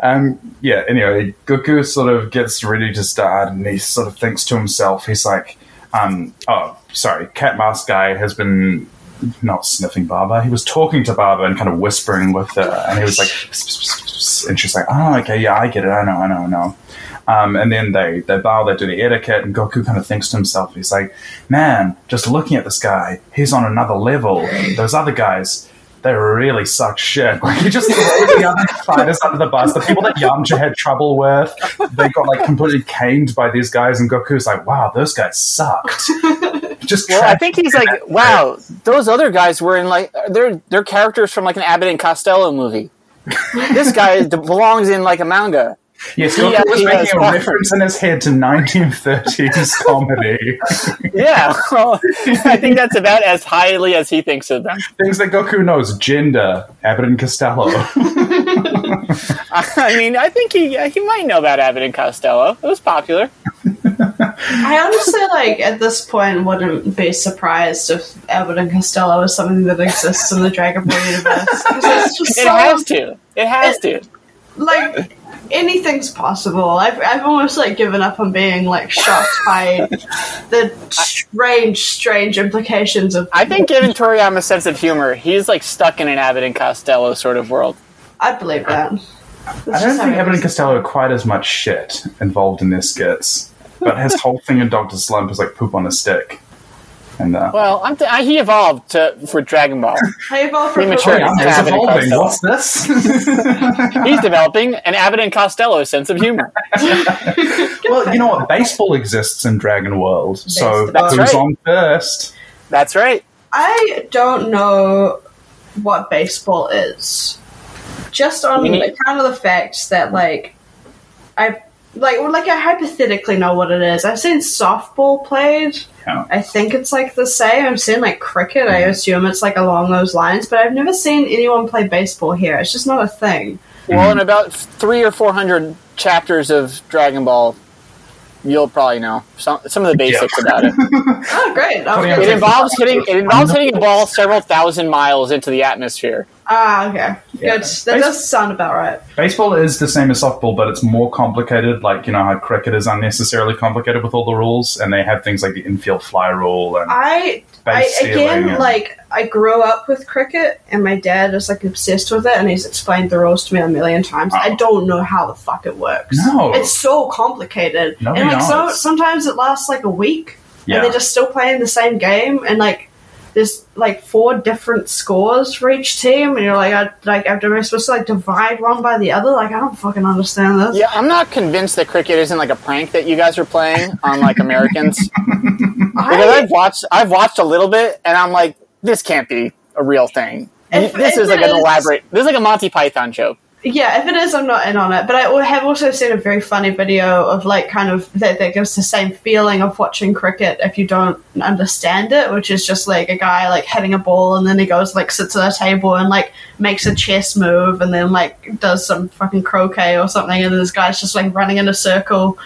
Um, yeah, anyway, Goku sort of gets ready to start and he sort of thinks to himself, he's like, um, oh, sorry, Cat Mask Guy has been not sniffing Baba. He was talking to Baba and kind of whispering with her. And he was like, "Psst, psst, psst, psst," and she's like, oh, okay, yeah, I get it. I know, I know, I know. Um, and then they, they bow, they do the etiquette, and Goku kind of thinks to himself, he's like, man, just looking at this guy, he's on another level. Those other guys, they really suck shit. Like, he just threw the other fighters under the bus. The people that Yamcha had trouble with, they got, like, completely caned by these guys, and Goku's like, wow, those guys sucked. Just
Well, I
trash
think he's like, wow, those other guys were in like they're they're characters from like an Abbott and Costello movie. this guy d- belongs in like a manga.
Yes, Goku
Yeah,
was
he
making
was
a
awesome.
reference in his head to 1930s comedy.
Yeah, well, I think that's about as highly as he thinks of them.
Things that Goku knows gender, Abbott and Costello.
I mean, I think he he might know about Abbott and Costello. It was popular.
I honestly, like, at this point, wouldn't be surprised if Abbott and Costello is something that exists in the Dragon Ball universe. 'Cause it's just
It
so-
has to. It has to.
like anything's possible. I've I've almost like given up on being like shocked by the strange, strange implications of.
I think given Toriyama's sense of humor, he's like stuck in an Abbott and Costello sort of world.
I believe that.
I don't think Abbott and Costello are quite as much shit involved in their skits, but his whole thing in Doctor Slump is like poop on a stick. And uh,
Well, I'm th- I, he evolved to for Dragon Ball.
Hey, Vol, for
Premature.
Cool.
Toriyama is
Abbott and
evolving.
Costello.
What's this?
He's developing an Abbott and Costello sense of humor.
well, you know what? Baseball exists in Dragon World, so
Baseball.
who's
That's right.
on first?
That's right.
I don't know what baseball is. Just on
Mhm.
account of the fact that like I like well, like I hypothetically know what it is. I've seen softball played.
Yeah. Mm-hmm.
I think it's like the same. I've seen like cricket. I assume it's like along those lines, but I've never seen anyone play baseball here. It's just not a thing.
Well, in about three or four hundred chapters of Dragon Ball, you'll probably know some, some of the basics about it.
Oh, great! Oh,
yeah.
It
good.
involves hitting it involves hitting a ball several thousand miles into the atmosphere.
Ah, okay.
Yeah.
Good. That does sound about right.
Baseball is the same as softball, but it's more complicated. Like you know how cricket is unnecessarily complicated with all the rules, and they have things like the infield fly rule and
I, I
Base
again
stealing and-
like I grew up with cricket, and my dad is like obsessed with it, and he's explained the rules to me a million times. I
Oh.
don't know how the fuck it works.
No.
it's so complicated,
No,
and
you
like so
don't.
sometimes it lasts like a week,
yeah.
and they're just still playing the same game, and like there's like four different scores for each team, and you're like, I, like am I supposed to like divide one by the other? Like I don't fucking understand this.
Yeah, I'm not convinced that cricket isn't like a prank that you guys are playing on like Americans.
I-
Because I've watched I've watched a little bit and I'm like, this can't be a real thing.
If-
this
if
is like
it
an
is-
elaborate. This is like a Monty Python joke.
Yeah, if it is, I'm not in on it. But I al- have also seen a very funny video of like kind of that, that gives the same feeling of watching cricket if you don't understand it, which is just like a guy like hitting a ball and then he goes like sits at a table and like makes a chess move and then like does some fucking croquet or something and then this guy's just like running in a circle,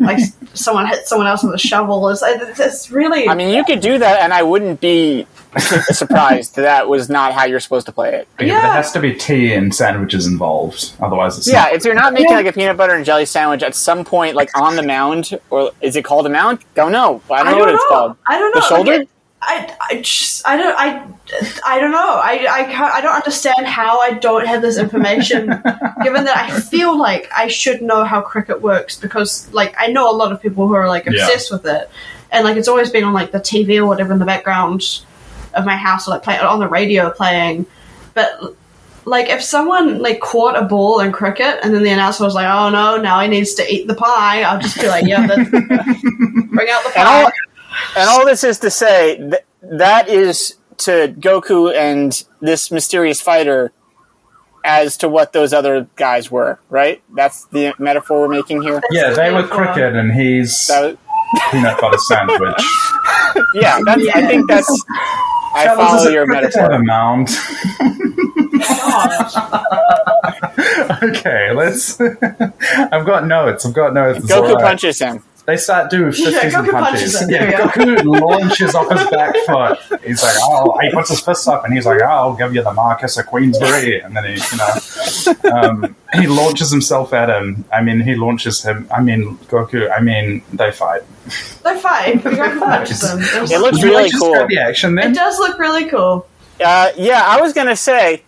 like s- someone hits someone else with a shovel. It's, it's, it's really.
I mean, you could do that, and I wouldn't be surprised that that was not how you're supposed to play it.
Okay, but
Yeah.
there has to be tea and sandwiches involved. Otherwise, it's
Yeah,
not.
if you're not making
Yeah.
like a peanut butter and jelly sandwich at some point, like on the mound, or is it called a mound? Don't know. I don't, know what it's called.
I don't know.
The shoulder?
I, I just I don't I I don't know I I can't, I don't understand how I don't have this information given that I feel like I should know how cricket works because like I know a lot of people who are like
Yeah.
obsessed with it and like it's always been on like the TV or whatever in the background of my house or like play, on the radio playing but like if someone like caught a ball in cricket and then the announcer was like oh no now he needs to eat the pie I'll just be like yeah that's, bring out the
And all,
pie
and all this is to say that that is to Goku and this mysterious fighter as to what those other guys were, right? That's the metaphor we're making here.
Yeah, they were cricket, and he's
That was-
peanut butter sandwich.
yeah, that's, I think that's. I
Fellas,
follow
does
your
cricket
metaphor.
Have a mound.
Oh,
okay, let's. I've got notes. I've got notes. It's
Goku
all right.
punches him.
They start doing fifties
Yeah,
and
Goku
punches.
punches him.
yeah,
Yeah.
Goku launches off his back foot. He's like, "Oh!" He puts his fist up, and he's like, "Oh, I'll give you the Marcus of Queensbury." And then he, you know, um, he launches himself at him. I mean, he launches him. I mean, Goku. I mean, they fight.
They're fine. We got
Nice.
punches them.
It looks
Would you
really
like to
cool.
describe The action
It
then.
does look really cool.
Uh, yeah, I was gonna say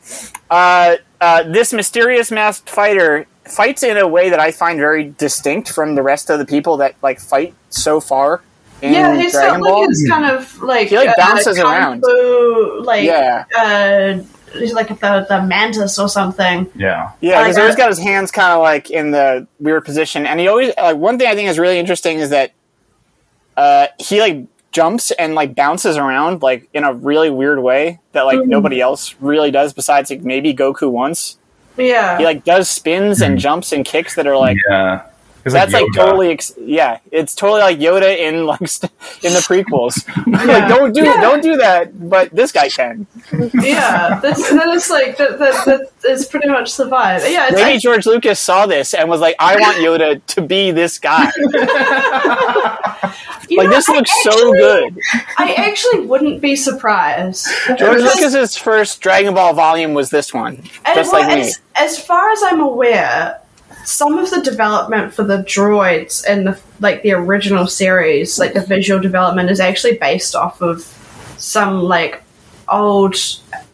uh, uh, this mysterious masked fighter fights in a way that I find very distinct from the rest of the people that like fight so far in
yeah, he's
Mm, Dragon
got
Ball.
like his kind of like
He, like,
uh,
bounces
kung
around.
fu, like
Yeah.
uh, he's like the the mantis or something.
Yeah.
yeah,
I
he's
got-
always got his hands kind of like in the weird position, and he always like one thing I think is really interesting is that uh, he like jumps and like bounces around like in a really weird way that like
Mm.
nobody else really does besides like maybe Goku once.
Yeah,
He like does spins and jumps and kicks that are like
Mm. Yeah. He's
That's like
Yoda.
totally, ex- yeah. It's totally like Yoda in like st- in the prequels. like,
Yeah.
don't do,
Yeah.
don't do that. But this guy can.
yeah. That's that is like that that, that is pretty much the vibe. Yeah, it's,
Maybe
like,
George Lucas saw this and was like, "I want Yoda to be this guy.
you
Like
know,
this
I
looks so
actually-
good."
I actually wouldn't be surprised.
George
Because-
Lucas's first Dragon Ball volume was this one,
And
just
well,
like me.
as, as far as I'm aware, some of the development for the droids and the like the original series, like the visual development, is actually based off of some like old.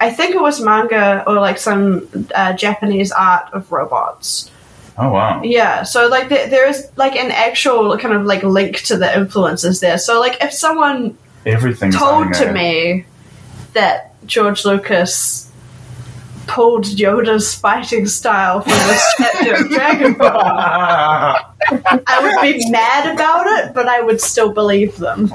I think it was manga or like some uh, Japanese art of robots.
Oh wow.
Yeah, so like there, there is like an actual kind of like link to the influences there. So like if someone
Everything's
told to
anime.
me that George Lucas pulled Yoda's fighting style from the statue of Dragon Ball.
Ah,
I would be mad about it, but I would still believe them.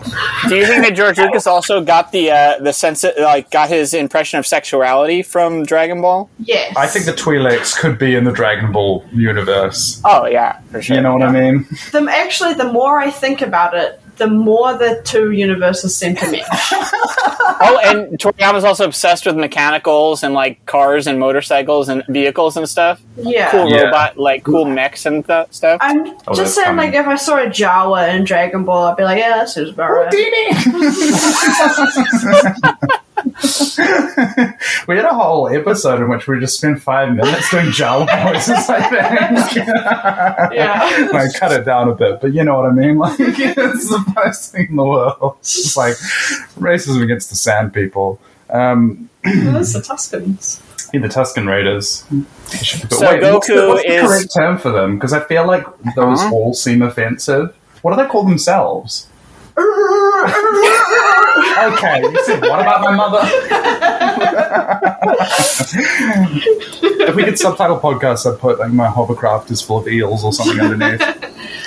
Do you think that George Lucas also got the uh, the sense, of, like, got his impression of sexuality from Dragon Ball?
Yes.
I think the Twi'leks could be in the Dragon Ball universe.
Oh yeah, for sure.
You know what I mean?
the, actually, the more I think about it, the more the two universes seem to mesh.
Oh, and Toriyama's also obsessed with mechanicals and like cars and motorcycles and vehicles and stuff.
Yeah.
Cool
Yeah.
robot, like cool mechs and th- stuff.
I'm
Oh, that's
just saying,
coming.
like, if I saw a Jawa in Dragon Ball, I'd be like, yeah, that seems about right.
we had a whole episode in which we just spent five minutes doing Jawa voices, I think.
Uh, Yeah.
And I cut it down a bit, but you know what I mean? Like, it's the best thing in the world. It's just like racism against the sand people. Um,
That's the Tuscans.
in the Tuscan Raiders. But
So
what's the,
Goku
what's the
is- Uh-huh.
correct term for them? Because I feel like those all seem offensive. What do they call themselves? Okay, you said what about my mother? if we did subtitle podcasts, I'd put like my hovercraft is full of eels or something underneath.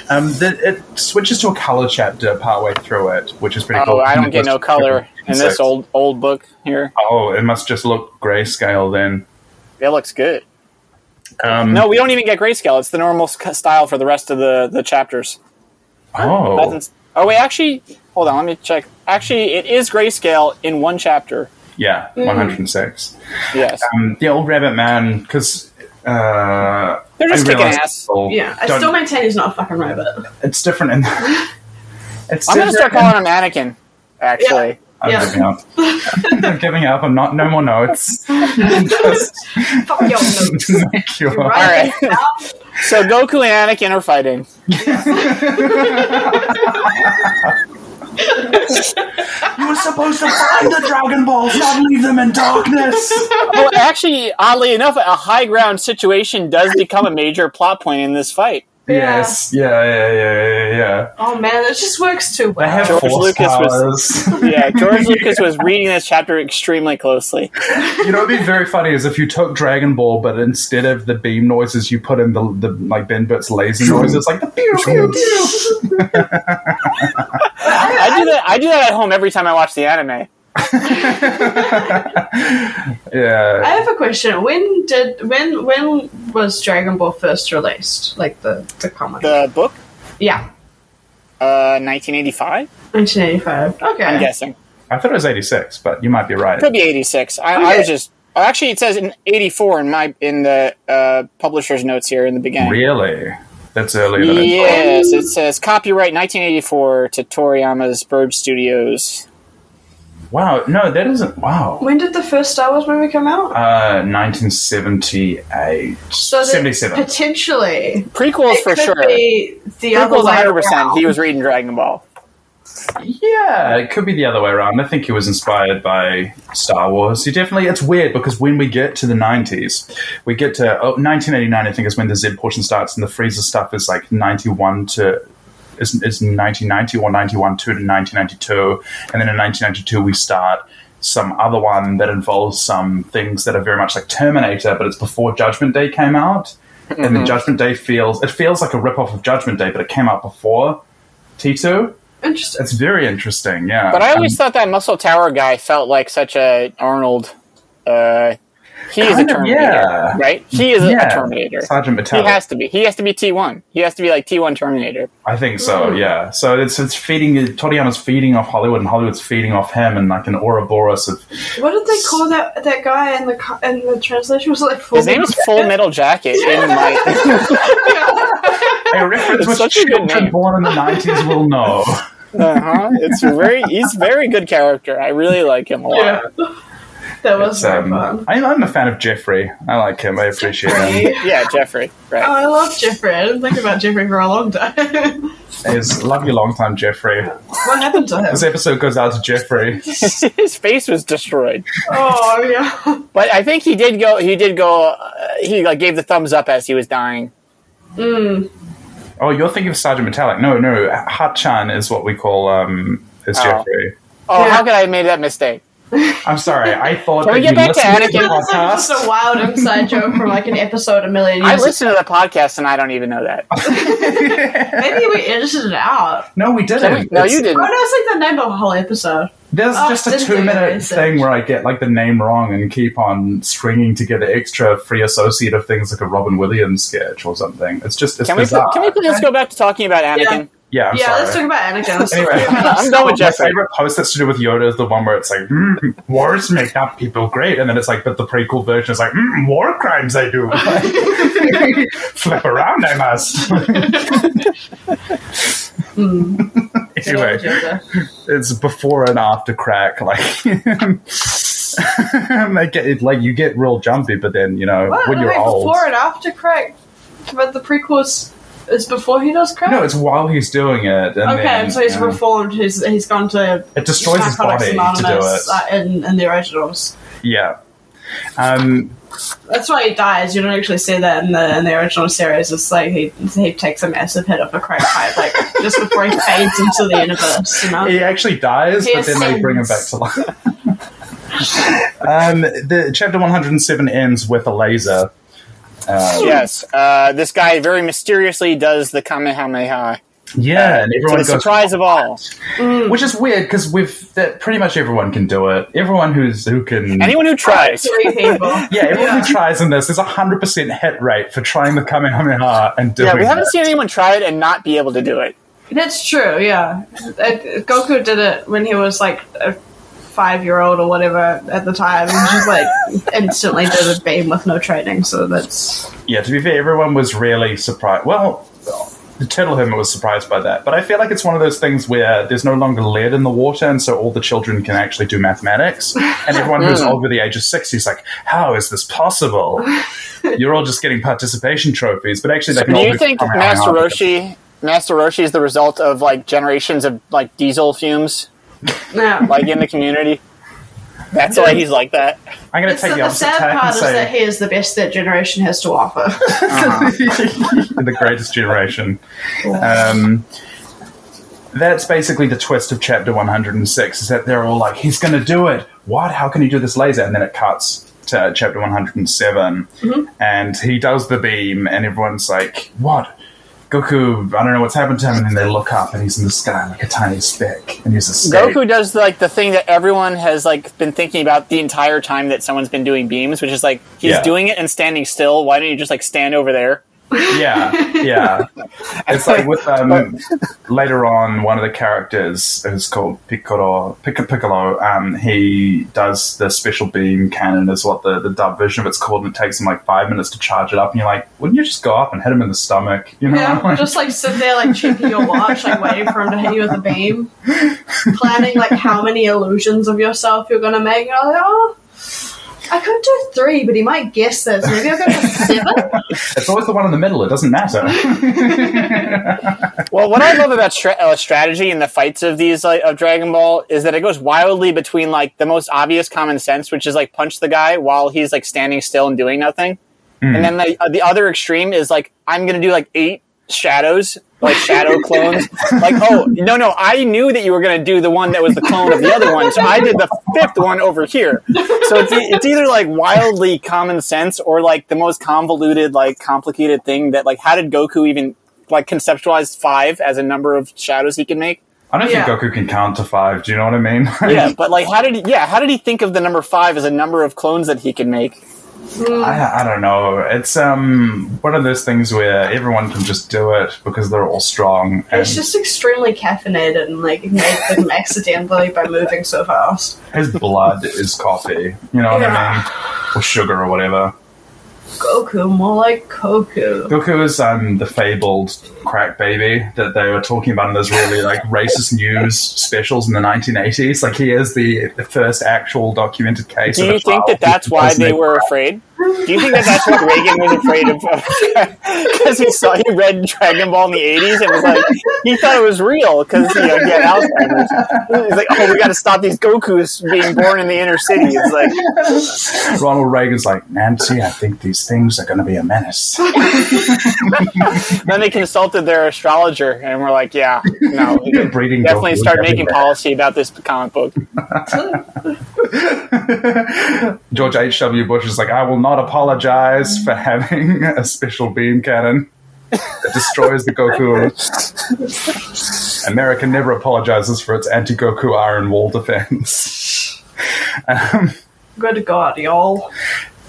Um, the, it switches to a color chapter partway through it, which is pretty
oh,
cool.
I don't get no color. in this
Six.
old old book here.
Oh, it must just look grayscale then.
It looks good.
Um,
No, we don't even get grayscale. It's the normal sc- style for the rest of the the chapters.
Oh,
Nothing's- Oh wait, actually, hold on. Let me check. Actually, it is grayscale in one chapter.
yeah,
Hmm.
106.
Yes.
Um, the old Rabbit Man, because. Uh,
They're just
I
kicking
realized
ass.
people
Yeah, I
don't-
still maintain he's not a fucking rabbit.
It's different in. it's
I'm gonna
different
start
in-
calling him Anakin. Actually,
I'm
Yeah.
giving up. I'm giving up. I'm not. No more notes. Just
Fuck your notes.
make your-
You're right.
All so Goku and Anakin are fighting.
You were supposed to find the Dragon Balls, not leave them in darkness.
Well, actually, oddly enough, a high ground situation does become a major plot point in this fight.
Yeah.
Yes. Yeah. Yeah. Yeah. Yeah. yeah.
Oh man, it just works too
They
well.
have
George
force
Lucas was-
powers.
Yeah, George Lucas was reading this chapter extremely closely.
you know, it'd be very funny is if you took Dragon Ball, but instead of the beam noises, you put in the, the like Ben Burt's laser noises, like the pew pew pew.
I do that. I do that at home every time I watch the anime.
I
Yeah.
have a question. When did when when was Dragon Ball first released? Like the the comic?
The book,
yeah,
uh, 1985.
1985. Okay.
I'm guessing.
I thought it was eighty six, but you might be right.
Could be 86. I, I
Okay.
was just. oh, Actually, it says in 84 in my in the uh, publisher's notes here in the beginning.
Really? That's earlier than I
Yes, it says copyright 1984 to Toriyama's Bird Studios.
Wow, no, that isn't wow.
When did the first Star Wars movie come out?
Uh, 1978.
So that
77.
Potentially,
Prequels
it
for
could
sure.
be the other
Prequels
way
100. percent
around.
He was reading Dragon Ball.
Yeah, it could be the other way around. I think he was inspired by Star Wars. He definitely, it's weird because when we get to the 90s, we get to oh, 1989, I think, is when the Z portion starts, and the Freezer stuff is like 91 to. Is, is 1990 or 91 to 1992 and then in 1992 we start some other one that involves some things that are very much like terminator but it's before judgment day came out and the judgment day feels it feels like a rip-off of judgment day but it came out before t2
Interesting.
it's very interesting, yeah. Um,
But I always thought that Muscle Tower guy felt like such a Arnold. Uh, he is a
Kind of,
Terminator,
yeah.
right? He is a-
yeah,
a Terminator.
Sergeant
He
Metallic.
has to be. He has to be T one. He has to be like T one Terminator.
I think
Mm.
so, yeah. So it's it's feeding Toriyama's feeding off Hollywood, and Hollywood's feeding off him, and like an Ouroboros of
What did they call that that guy in the co- in the translation? Was it like full
His name is Full Metal Jacket. In my,
a reference
It's
which
such a good
children
name.
born in the nineties will know.
uh-huh. It's very. He's very good character. I really like him a lot.
yeah,
That was
it's,
very
um,
fun.
I'm, I'm a fan of Jeffrey. I like him. I appreciate him.
Yeah, Jeffrey. Right.
Oh, I love Jeffrey. I didn't think about Jeffrey for a long time.
He's love you long time, Jeffrey.
what happened to him?
This episode goes out to Jeffrey.
His face was destroyed.
Oh yeah.
But I think he did go. He did go. Uh, he like gave the thumbs up as he was dying.
Mm.
Oh, you're thinking of Sergeant Metallic? No, no, Hachan is what we call um is
Oh.
Jeffrey.
Oh,
Yeah.
how could I have made that mistake?
I'm sorry. I thought.
Can we
that
get
you
back to
listened the
Anakin?
That's like just
podcast.
a wild inside joke from like an episode a million
I
years.
listen to the podcast and I don't even know that.
Maybe we edited it out.
No, we didn't.
No,
It's-
you
Oh no,
didn't.
it's like the name of a whole episode.
There's
Oh,
just a
didn't
two
think I
minute
missed it.
thing where I get like the name wrong and keep on stringing together extra free associative things like a Robin Williams sketch or something. It's just it's
Can we?
bizarre.
Can we please go back to talking about Anakin?
Yeah, I'm
yeah,
sorry.
let's talk about Anakin. Let's talk
Anyway,
about-
I'm done with
my
Jeffrey.
favorite post that's to do with Yoda is the one where it's like, mm, wars make not people great. And then it's like, but the prequel version is like, mm, war crimes I do. Like, flip around, I must.
Hmm.
anyway, it's before and after crack. Like, I get it, like you get real jumpy, but then you know
What?
when you're
Wait,
old.
before and after crack, but the prequels is before he does crack.
No, it's while he's doing it. And
okay,
then,
so he's
yeah.
reformed. He's he's gone to
It destroys his
Narcotics
body to do it.
Anonymous uh, in in the originals.
yeah. Um,
That's why he dies. You don't actually see that in the in the original series. It's like he he takes a massive hit of a crack pipe, like just before he fades into the universe. You know.
he actually dies,
He
but then they bring him back
ascends.
to life. um, the chapter 107 ends with a laser.
Yes. Uh, this guy very mysteriously does the Kamehameha.
Yeah, and
To
everyone
the
goes,
surprise of all,
which is weird because we've that pretty much everyone can do it. Everyone who's who can,
anyone who tries,
Three people.
yeah, everyone
Yeah.
who tries in this, there's a hundred percent hit rate for trying the Kamehameha and doing.
yeah, we haven't
it.
seen anyone try it and not be able to do it.
That's true, yeah. Uh, Goku did it when he was like a five year old or whatever at the time. He just like instantly did a beam with no training, so that's.
yeah, to be fair, everyone was really surprised. Well, the turtle hermit was surprised by that, but I feel like it's one of those things where there's no longer lead in the water, and so all the children can actually do mathematics, and everyone who's over the age of sixty is like, "How is this possible?" You're all just getting participation trophies, but actually, they can
Do
all
you think
Kamehameha
Master
with it.
Roshi, Master Roshi is the result of like generations of like diesel fumes,
Yeah.
like in the community? That's why he's like that.
I'm going to
so
take the
the
opposite
sad
tack and
part is
say
that he is the best that generation has to offer.
the greatest generation. Um, that's basically the twist of chapter 106 is that they're all like, he's going to do it. What? How can he do this laser? And then it cuts to chapter 107. And he does the beam, and everyone's like, what? Goku, I don't know what's happened to him. And then they look up, and he's in the sky like a tiny speck, and he's a
Goku does like the thing that everyone has like been thinking about the entire time that someone's been doing beams, which is like he's
Yeah.
doing it and standing still. Why don't you just like stand over there?
Yeah, yeah. It's like with um, later on one of the characters who's called Piccolo. Pic- Piccolo. Um, he does the special beam cannon, is what the the dub version of it's called, and it takes him like five minutes to charge it up. And you're like, wouldn't you just go up and hit him in the stomach? You know,
yeah,
Like,
just like sit there, like checking your watch, like waiting for him to hit you with a beam, planning like how many illusions of yourself you're gonna make. And I'm like, oh, I could do three, but he might guess this. Maybe I'll go for seven.
it's always the one in the middle. It doesn't matter.
Well, what I love about stra- uh, strategy and the fights of these like, of Dragon Ball is that it goes wildly between like the most obvious common sense, which is like punch the guy while he's like standing still and doing nothing, and then the, uh, the other extreme is like I'm gonna do like eight shadows, like shadow clones. like, oh no, no, I knew that you were gonna do the one that was the clone of the other one, so I did the fifth one over here. So it's, e- it's either like wildly common sense or like the most convoluted, like complicated thing that like how did Goku even like conceptualize five as a number of shadows he can make?
I don't
Yeah.
think Goku can count to five. Do you know what I mean?
Yeah, but like how did he, yeah how did he think of the number five as a number of clones that he can make?
I, I don't know. It's um one of those things where everyone can just do it because they're all strong. And
It's just extremely caffeinated and like made them accidentally by moving so fast.
his blood is coffee. You know what
Yeah.
I mean? Or sugar or whatever.
Goku, more like Koku.
Goku is um, the fabled crack baby that they were talking about in those really like racist news specials in the 1980s. Like he is the, the first actual documented case.
Do
of a
you think
child who
that that's why
doesn't
they
make
were
crack.
afraid? Do you think that that's what Reagan was afraid of? Because he saw he read Dragon Ball in the '80s and was like, he thought it was real because you know he had Alzheimer's. He's like, oh, we got to stop these Goku's being born in the inner city. It's like,
Ronald Reagan's like Nancy. I think these things are going to be a menace.
then they consulted their astrologer and were like, yeah, no, we
You're breeding
definitely
Goku
start making
everywhere.
policy about this comic book.
George H. W. Bush is like, I will not apologize for having a special beam cannon that destroys the Goku. America never apologizes for its anti-Goku iron wall defense. Um,
Good God, y'all.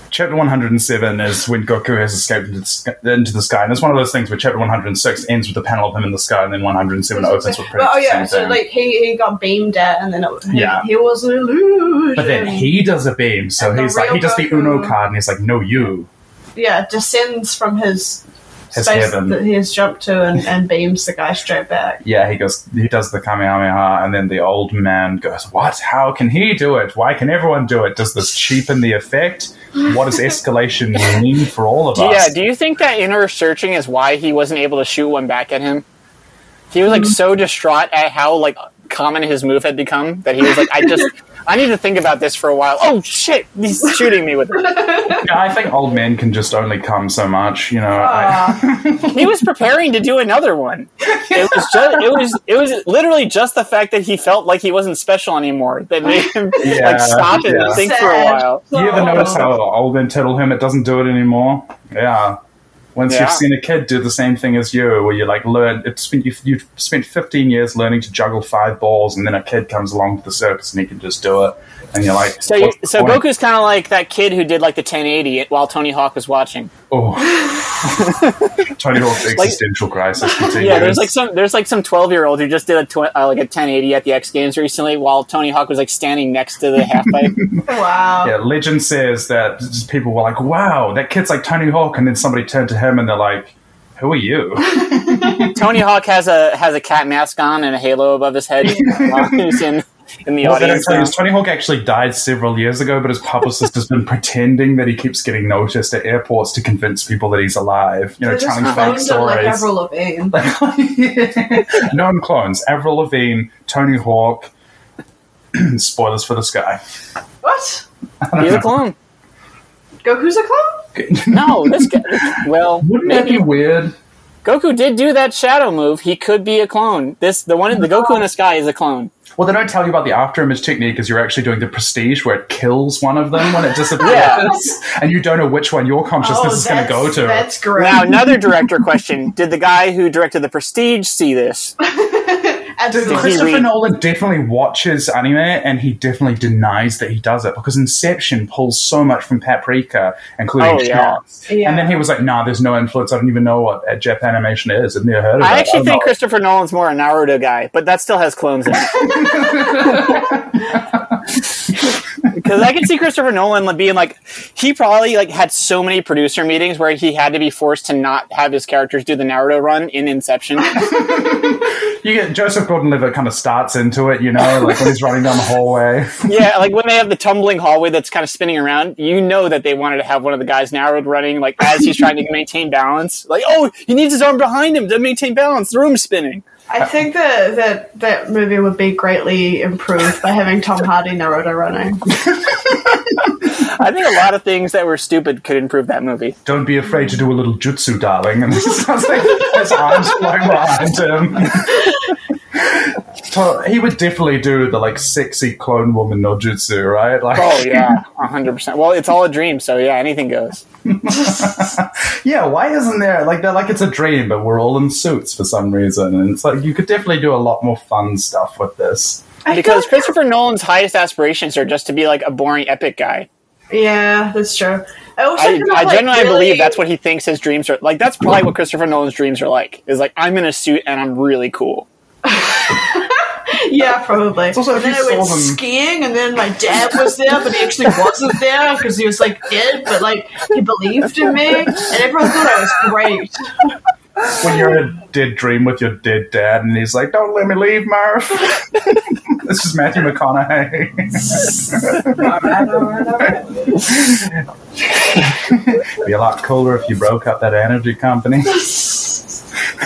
chapter 107 is when Goku has escaped into the, sky, into the sky, and it's one of those things where chapter 106 ends with a panel of him in the sky, and then 107 opens with pretty
But, oh
much the
yeah,
same
so
thing.
like he, he got beamed at, and then it, he,
Yeah.
he was an illusion.
but then he does a beam, so
And the
he's like, he
real
does the
Goku-
Uno card, and he's like, no, you.
yeah descends from his,
His
space
heaven.
that he has jumped to and, and beams the guy straight back.
yeah, he goes, he does the Kamehameha, and then the old man goes, What? How can he do it? Why can everyone do it? Does this cheapen the effect? What does escalation mean for all of us?
Yeah, do you think that inner searching is why he wasn't able to shoot one back at him? He was like so distraught at how like common his move had become that he was like, I just I need to think about this for a while. Oh shit, he's shooting me with it.
Yeah, I think old men can just only come so much, you know. I,
Ah,
He was preparing to do another one. It was just it was it was literally just the fact that he felt like he wasn't special anymore that made him
Yeah,
like stop and
yeah.
think for a
sad.
while.
you ever
Oh.
notice how old men turtle hermit doesn't do it anymore? Yeah. Once
Yeah.
you've seen a kid do the same thing as you, where you like learn, it's been, you've, you've spent 15 years learning to juggle five balls, and then a kid comes along to the circus and he can just do it, and you're like,
So, you,
what's the
so
point?
Goku's kind of like that kid who did like the 1080 while Tony Hawk was watching.
Oh. Tony Hawk's existential crisis continues.
Yeah, there's like some there's like some 12 year old who just did a tw- uh, like a 1080 at the X Games recently while Tony Hawk was like standing next to the half pipe.
Wow.
Yeah, legend says that just people were like, "Wow, that kid's like Tony Hawk," and then somebody turned to him and they're like, "Who are you?"
Tony Hawk has a has a cat mask on and a halo above his head. while he's in in the
Well, they don't
audience.
tell you, is Tony Hawk actually died several years ago, but his publicist has been pretending that he keeps getting noticed at airports to convince people that he's alive. You know,
They just
telling
phoned
fake
him like
stories.
Avril Lavigne.
non clones: Avril Lavigne, Tony Hawk. Spoilers for this guy.
What?
He's a clone.
Goku's a clone?
No, this guy. Well,
Wouldn't that be weird?
Goku did do that shadow move. He could be a clone. This the one the Goku in the sky is a clone.
Well, they don't tell you about the after image technique because you're actually doing the prestige where it kills one of them when it disappears,
Yeah. Oh,
and you don't know which one your consciousness is going to
Oh, that's-
go to.
That's great.
Now another director question: Did the guy who directed the Prestige see this?
Dude,
Absolutely.
Chris-
Christopher
read-
Nolan definitely watches anime, and he definitely denies that he does it because Inception pulls so much from Paprika, including
Oh, yeah.
shots.
Yeah.
And then he was like, "Nah, there's no influence. I don't even know what uh, Japan animation is. I've never heard of it."
I actually
don't
think
know."
Christopher Nolan's more a Naruto guy, but that still has clones in it. Because I can see Christopher Nolan like, being like, he probably like had so many producer meetings where he had to be forced to not have his characters do the Naruto run in Inception.
you get Joseph Gordon-Levitt kind of starts into it, you know, like when he's running down the hallway.
yeah, like when they have the tumbling hallway that's kind of spinning around, you know that they wanted to have one of the guys Naruto running like as he's trying to maintain balance. Like, oh, he needs his arm behind him to maintain balance. The room's spinning.
I think that, that that movie would be greatly improved by having Tom Hardy Naruto running.
I think a lot of things that were stupid could improve that movie.
don't be afraid to do a little jutsu, darling. And this sounds like his arms flying behind him. So he would definitely do the like sexy clone woman no jutsu, right? Like,
Oh yeah, hundred percent. Well, it's all a dream, so yeah, anything goes.
yeah. Why isn't there like they're like it's a dream, but we're all in suits for some reason, and it's like you could definitely do a lot more fun stuff with this.
I
Because
feel like-
Christopher Nolan's highest aspirations are just to be like a boring epic guy.
yeah, that's true. I, also
I,
kind of,
I
like,
genuinely
really-
believe that's what he thinks his dreams are like. That's probably what Christopher Nolan's dreams are like. Is like I'm in a suit and I'm really cool.
Yeah, probably.
also if
and then
you
I went
saw them-
skiing, and then my dad was there, but he actually wasn't there because he was like dead, but like he believed in me, and everyone thought I was great.
When you're in a dead dream with your dead dad, and he's like, "Don't let me leave, Murph." this is Matthew McConaughey. It'd be a lot cooler if you broke up that energy company.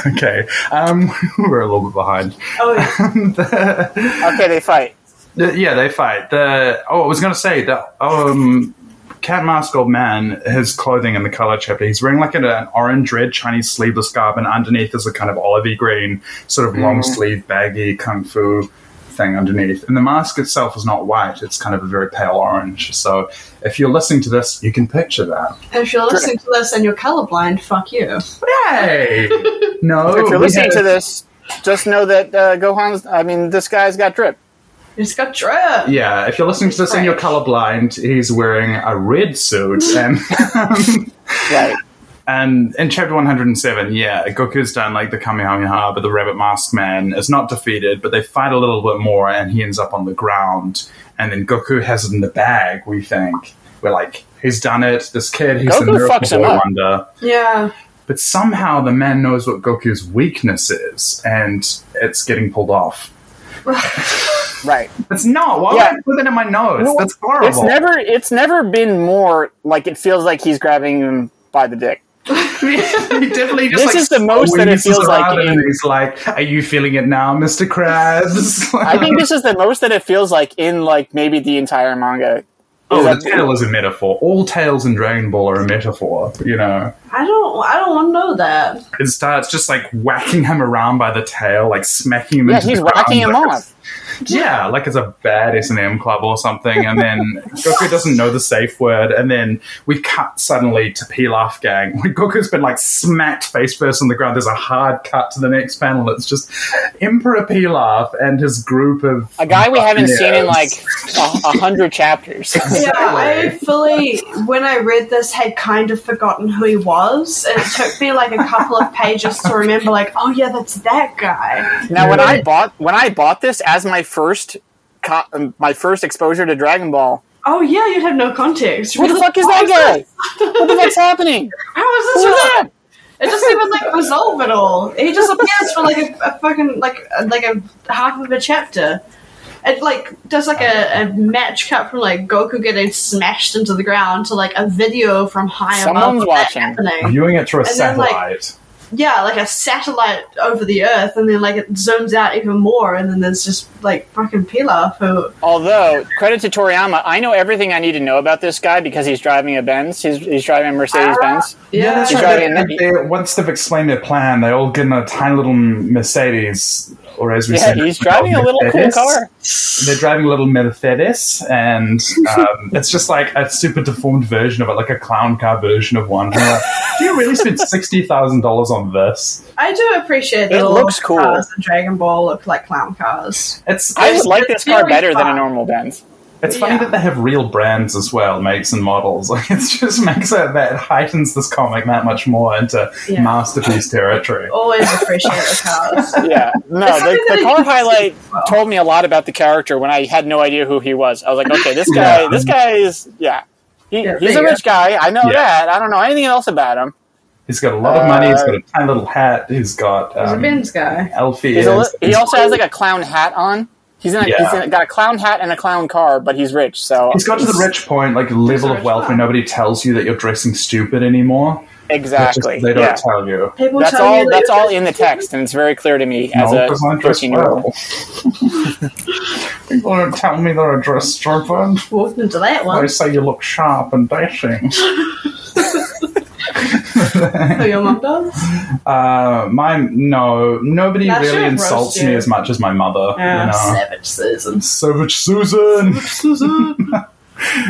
okay, um, we're a little bit behind.
oh, yeah.
Okay, they fight.
The- yeah, they fight. The oh, I was going to say that um, Cat Mask Old Man. His clothing in the color chapter. He's wearing like an, an orange red Chinese sleeveless garb, and underneath is a kind of olivey green, sort of long sleeve baggy kung fu thing underneath. And the mask itself is not white; it's kind of a very pale orange. So if you're listening to this, you can picture that.
If you're listening to this and you're colorblind, fuck you.
Hey, no,
If you're
we
listening
had-
to this, just know that uh, Gohan's. I mean, this guy's got drip.
It's got drip.
Yeah, if you're listening to this and you're colorblind, he's wearing a red suit and.
Right.
And in chapter 107, yeah, Goku's done like the Kamehameha, but the rabbit mask man is not defeated, but they fight a little bit more and he ends up on the ground. And then Goku has it in the bag, we think. We're like, he's done it. This kid, he's a
Goku
miracle
fucks him
boy
up.
wonder.
Yeah.
But somehow the man knows what Goku's weakness is and it's getting pulled off.
Right.
It's not. Why
Yeah.
would I put that in my nose?
No,
That's horrible.
It's never. It's never been more like it feels like he's grabbing him by the dick.
he definitely just
This
like,
is the most that it
squeezes
feels like
around
in-
and he's like, "Are you feeling it now, Mr. Krabs?"
I think this is the most that it feels like in like maybe the entire manga.
Oh,
Is
the
that-
tail is a metaphor. All tails in Dragon Ball are a metaphor. You know,
I don't. I don't want to know that.
it starts just like whacking him around by the tail, like smacking him.
yeah,
into
he's
the ground,
whacking him
like,
off.
yeah, like it's a bad S and M club or something, and then Goku doesn't know the safe word, and then we cut suddenly to Pilaf Gang. When Goku's been like smacked face first on the ground, there's a hard cut to the next panel. It's just Emperor Pilaf and his group of
A guy we haven't seen in
billionaires.
like a, a hundred chapters.
Yeah,
Exactly.
I fully, when I read this, had kind of forgotten who he was. And it took me like a couple of pages to remember, like, oh yeah, that's that guy.
Now, when I bought when I bought this as my first co- um, my first exposure to Dragon Ball,
Oh yeah, you'd have no context.
what the fuck is that guy? What the fuck's happening?
How is this
Who's
related?
that?
It doesn't even like resolve at all. He just appears for like a, a fucking like a- like a half of a chapter. It like does like a, a match cut from like Goku getting smashed into the ground to like a video from high
Someone's
above
watching.
That happening.
viewing it through a
And then, like-
satellite.
Yeah, like a satellite over the Earth, and then like it zooms out even more, and then there's just like fucking Pilaf who
Although credit to Toriyama, I know everything I need to know about this guy because he's driving a Benz. He's, he's driving a Mercedes Benz.
Yeah,
yeah,
that's
He's
right.
driving
They- they- once they've explained their plan, they all get in a tiny little Mercedes, or as we
Yeah,
said,
he's driving a little cool
Mercedes.
car.
They're driving a little Mercedes, and um, it's just like a super deformed version of it, like a clown car version of one. And you're like, Do you really spend sixty thousand dollars on this?
I do appreciate that.
It
all
looks cool.
Cars in Dragon Ball look like clown cars.
It's
I just like this car
Very
better than a
fun.
normal Benz.
it's funny
yeah.
that they have real brands as well, makes and models. Like it just makes it that heightens this comic that much more into
Yeah.
masterpiece territory.
Always appreciate the cars.
Yeah, no,
It's
the,
something
the
that
car
you can
highlight
see as well.
told me a lot about the character when I had no idea who he was. I was like, okay, this guy,
Yeah.
this guy is, yeah, he,
Yeah,
he's
there
a
you
rich guy. I know
Yeah.
that. I don't know anything else about him.
He's got a lot of money. He's
Uh,
got a tiny little hat. He's got
He's a
um,
Benz guy.
Alfie is.
He's a, li- he also has like a clown hat on. He's in a,
Yeah.
he's in, got a clown hat and a clown car, but he's rich. So
He's got to the rich point, like level of
rich
wealth, where
man.
nobody tells you that you're dressing stupid anymore. That's just-
exactly.
they don't
yeah.
tell you.
People
That's
tell
all.
you
That's
that-
all in the text, and it's very clear to me as
No,
a
because I'm dressed
13 year old.
well. People don't tell me that I dress stupid.
walked into that
They
one.
say you look sharp and dashing.
Who your mum does?
Uh, my no, nobody
That should
really
roast
insults me
you.
as much as my mother.
Yeah,
you know?
Savage Susan.
Savage Susan.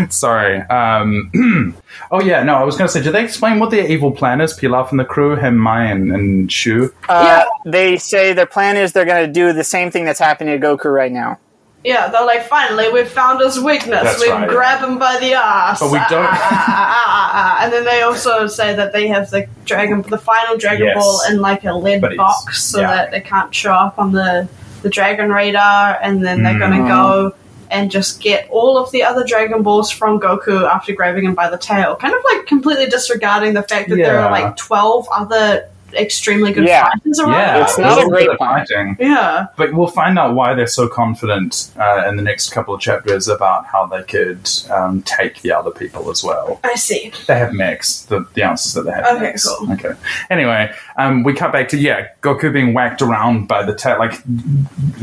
Sorry. Um, oh yeah, no, I was going to say, did they explain what their evil plan is? Pilaf and the crew, him, Mayan, and Shu.
Uh, They say their plan is they're going to do the same thing that's happening to Goku right now.
Yeah, they're like, finally, we've found his weakness.
That's
we
right.
grab him by the ass.
But we
Ah,
don't-
ah, ah, ah, ah, ah, ah. And then they also say that they have the dragon, the final Dragon
Yes.
Ball in like a lead
But it's-
box so
yeah.
that they can't show up on the, the Dragon radar. And then they're going to
Mm.
go and just get all of the other Dragon Balls from Goku after grabbing him by the tail. Kind of like completely disregarding the fact that there are
Yeah.
like 12 other extremely good
Yeah.
fighters around.
Yeah,
It's
there's
not a
little
great
bit of
plan.
fighting.
Yeah.
But we'll find out why they're so confident uh, in the next couple of chapters about how they could um, take the other people as well.
I see.
They have mechs, the, the answers that they have.
Okay,
mechs.
cool.
Okay. Anyway, um, we cut back to, yeah, Goku being whacked around by the tail, like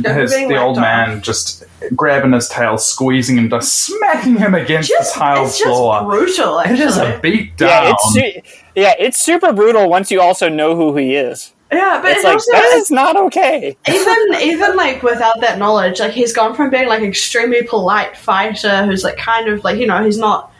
his,
being
the old
whacked off.
man just grabbing his tail, squeezing him, just smacking him against
Just,
the tile
it's just
floor.
brutal,
It
actually.
is a beat down.
Yeah, it's su- yeah, it's super brutal once you also know who he is.
Yeah, but
It's
it's
like
also
that is not okay.
even even like without that knowledge, like he's gone from being like extremely polite fighter who's like kind of like you know he's not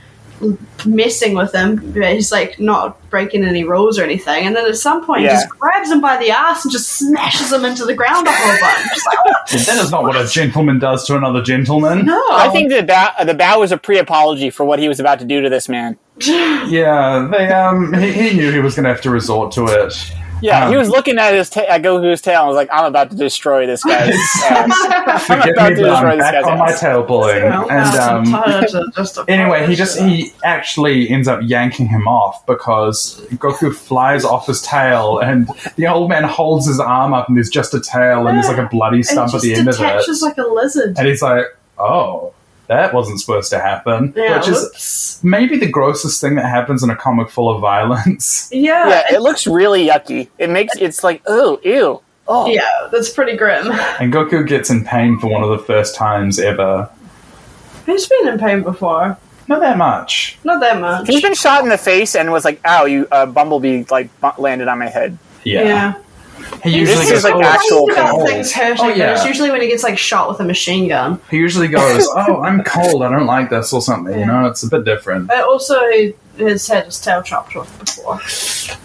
messing with him, but he's like not breaking any rules or anything. And then at some point,
Yeah.
he just grabs him by the ass and just smashes him into the ground a whole bunch. Just like,
that is not what a gentleman does to another gentleman.
no,
I think the bow, the bow was a pre-apology for what he was about to do to this man.
Yeah, they um, he, he knew he was going to have to resort to it.
Yeah, he
Um,
was looking at his ta- at Goku's tail and was like, "I'm about to destroy this guy's ass. I'm
Forget
about
uh, me,
to
but
destroy
I'm
this
back
guy's
on my
ass."
tail bullying.
Well,
And
I'm
um,
tired of just a-
anyway, he just he actually ends up yanking him off because Goku flies off his tail, and the old man holds his arm up, and there's just a tail, and there's like a bloody
And
stump at
just
the end of it,
detaches like a lizard.
and he's like, "Oh, that wasn't supposed to happen,"
Yeah,
which is
whoops.
maybe the grossest thing that happens in a comic full of violence.
yeah,
Um, Yeah,
and-
it looks really yucky. It makes it's like, oh, ew, oh,
yeah, that's pretty grim.
And Goku gets in pain for one of the first times ever.
He's been in pain before.
Not that much.
Not that much.
He's been shot in the face and was like, "Ow, you uh, bumblebee like bu- landed on my head."
Yeah.
Yeah.
He usually
This
goes,
is like
"Oh,
actual
Complains about
cold."
things hurting,
Oh
but it's
yeah.
usually when he gets like shot with a machine gun.
He usually goes, "Oh, I'm cold. I don't like this," or something. You know, it's a bit different.
But also, he has had his tail chopped off before.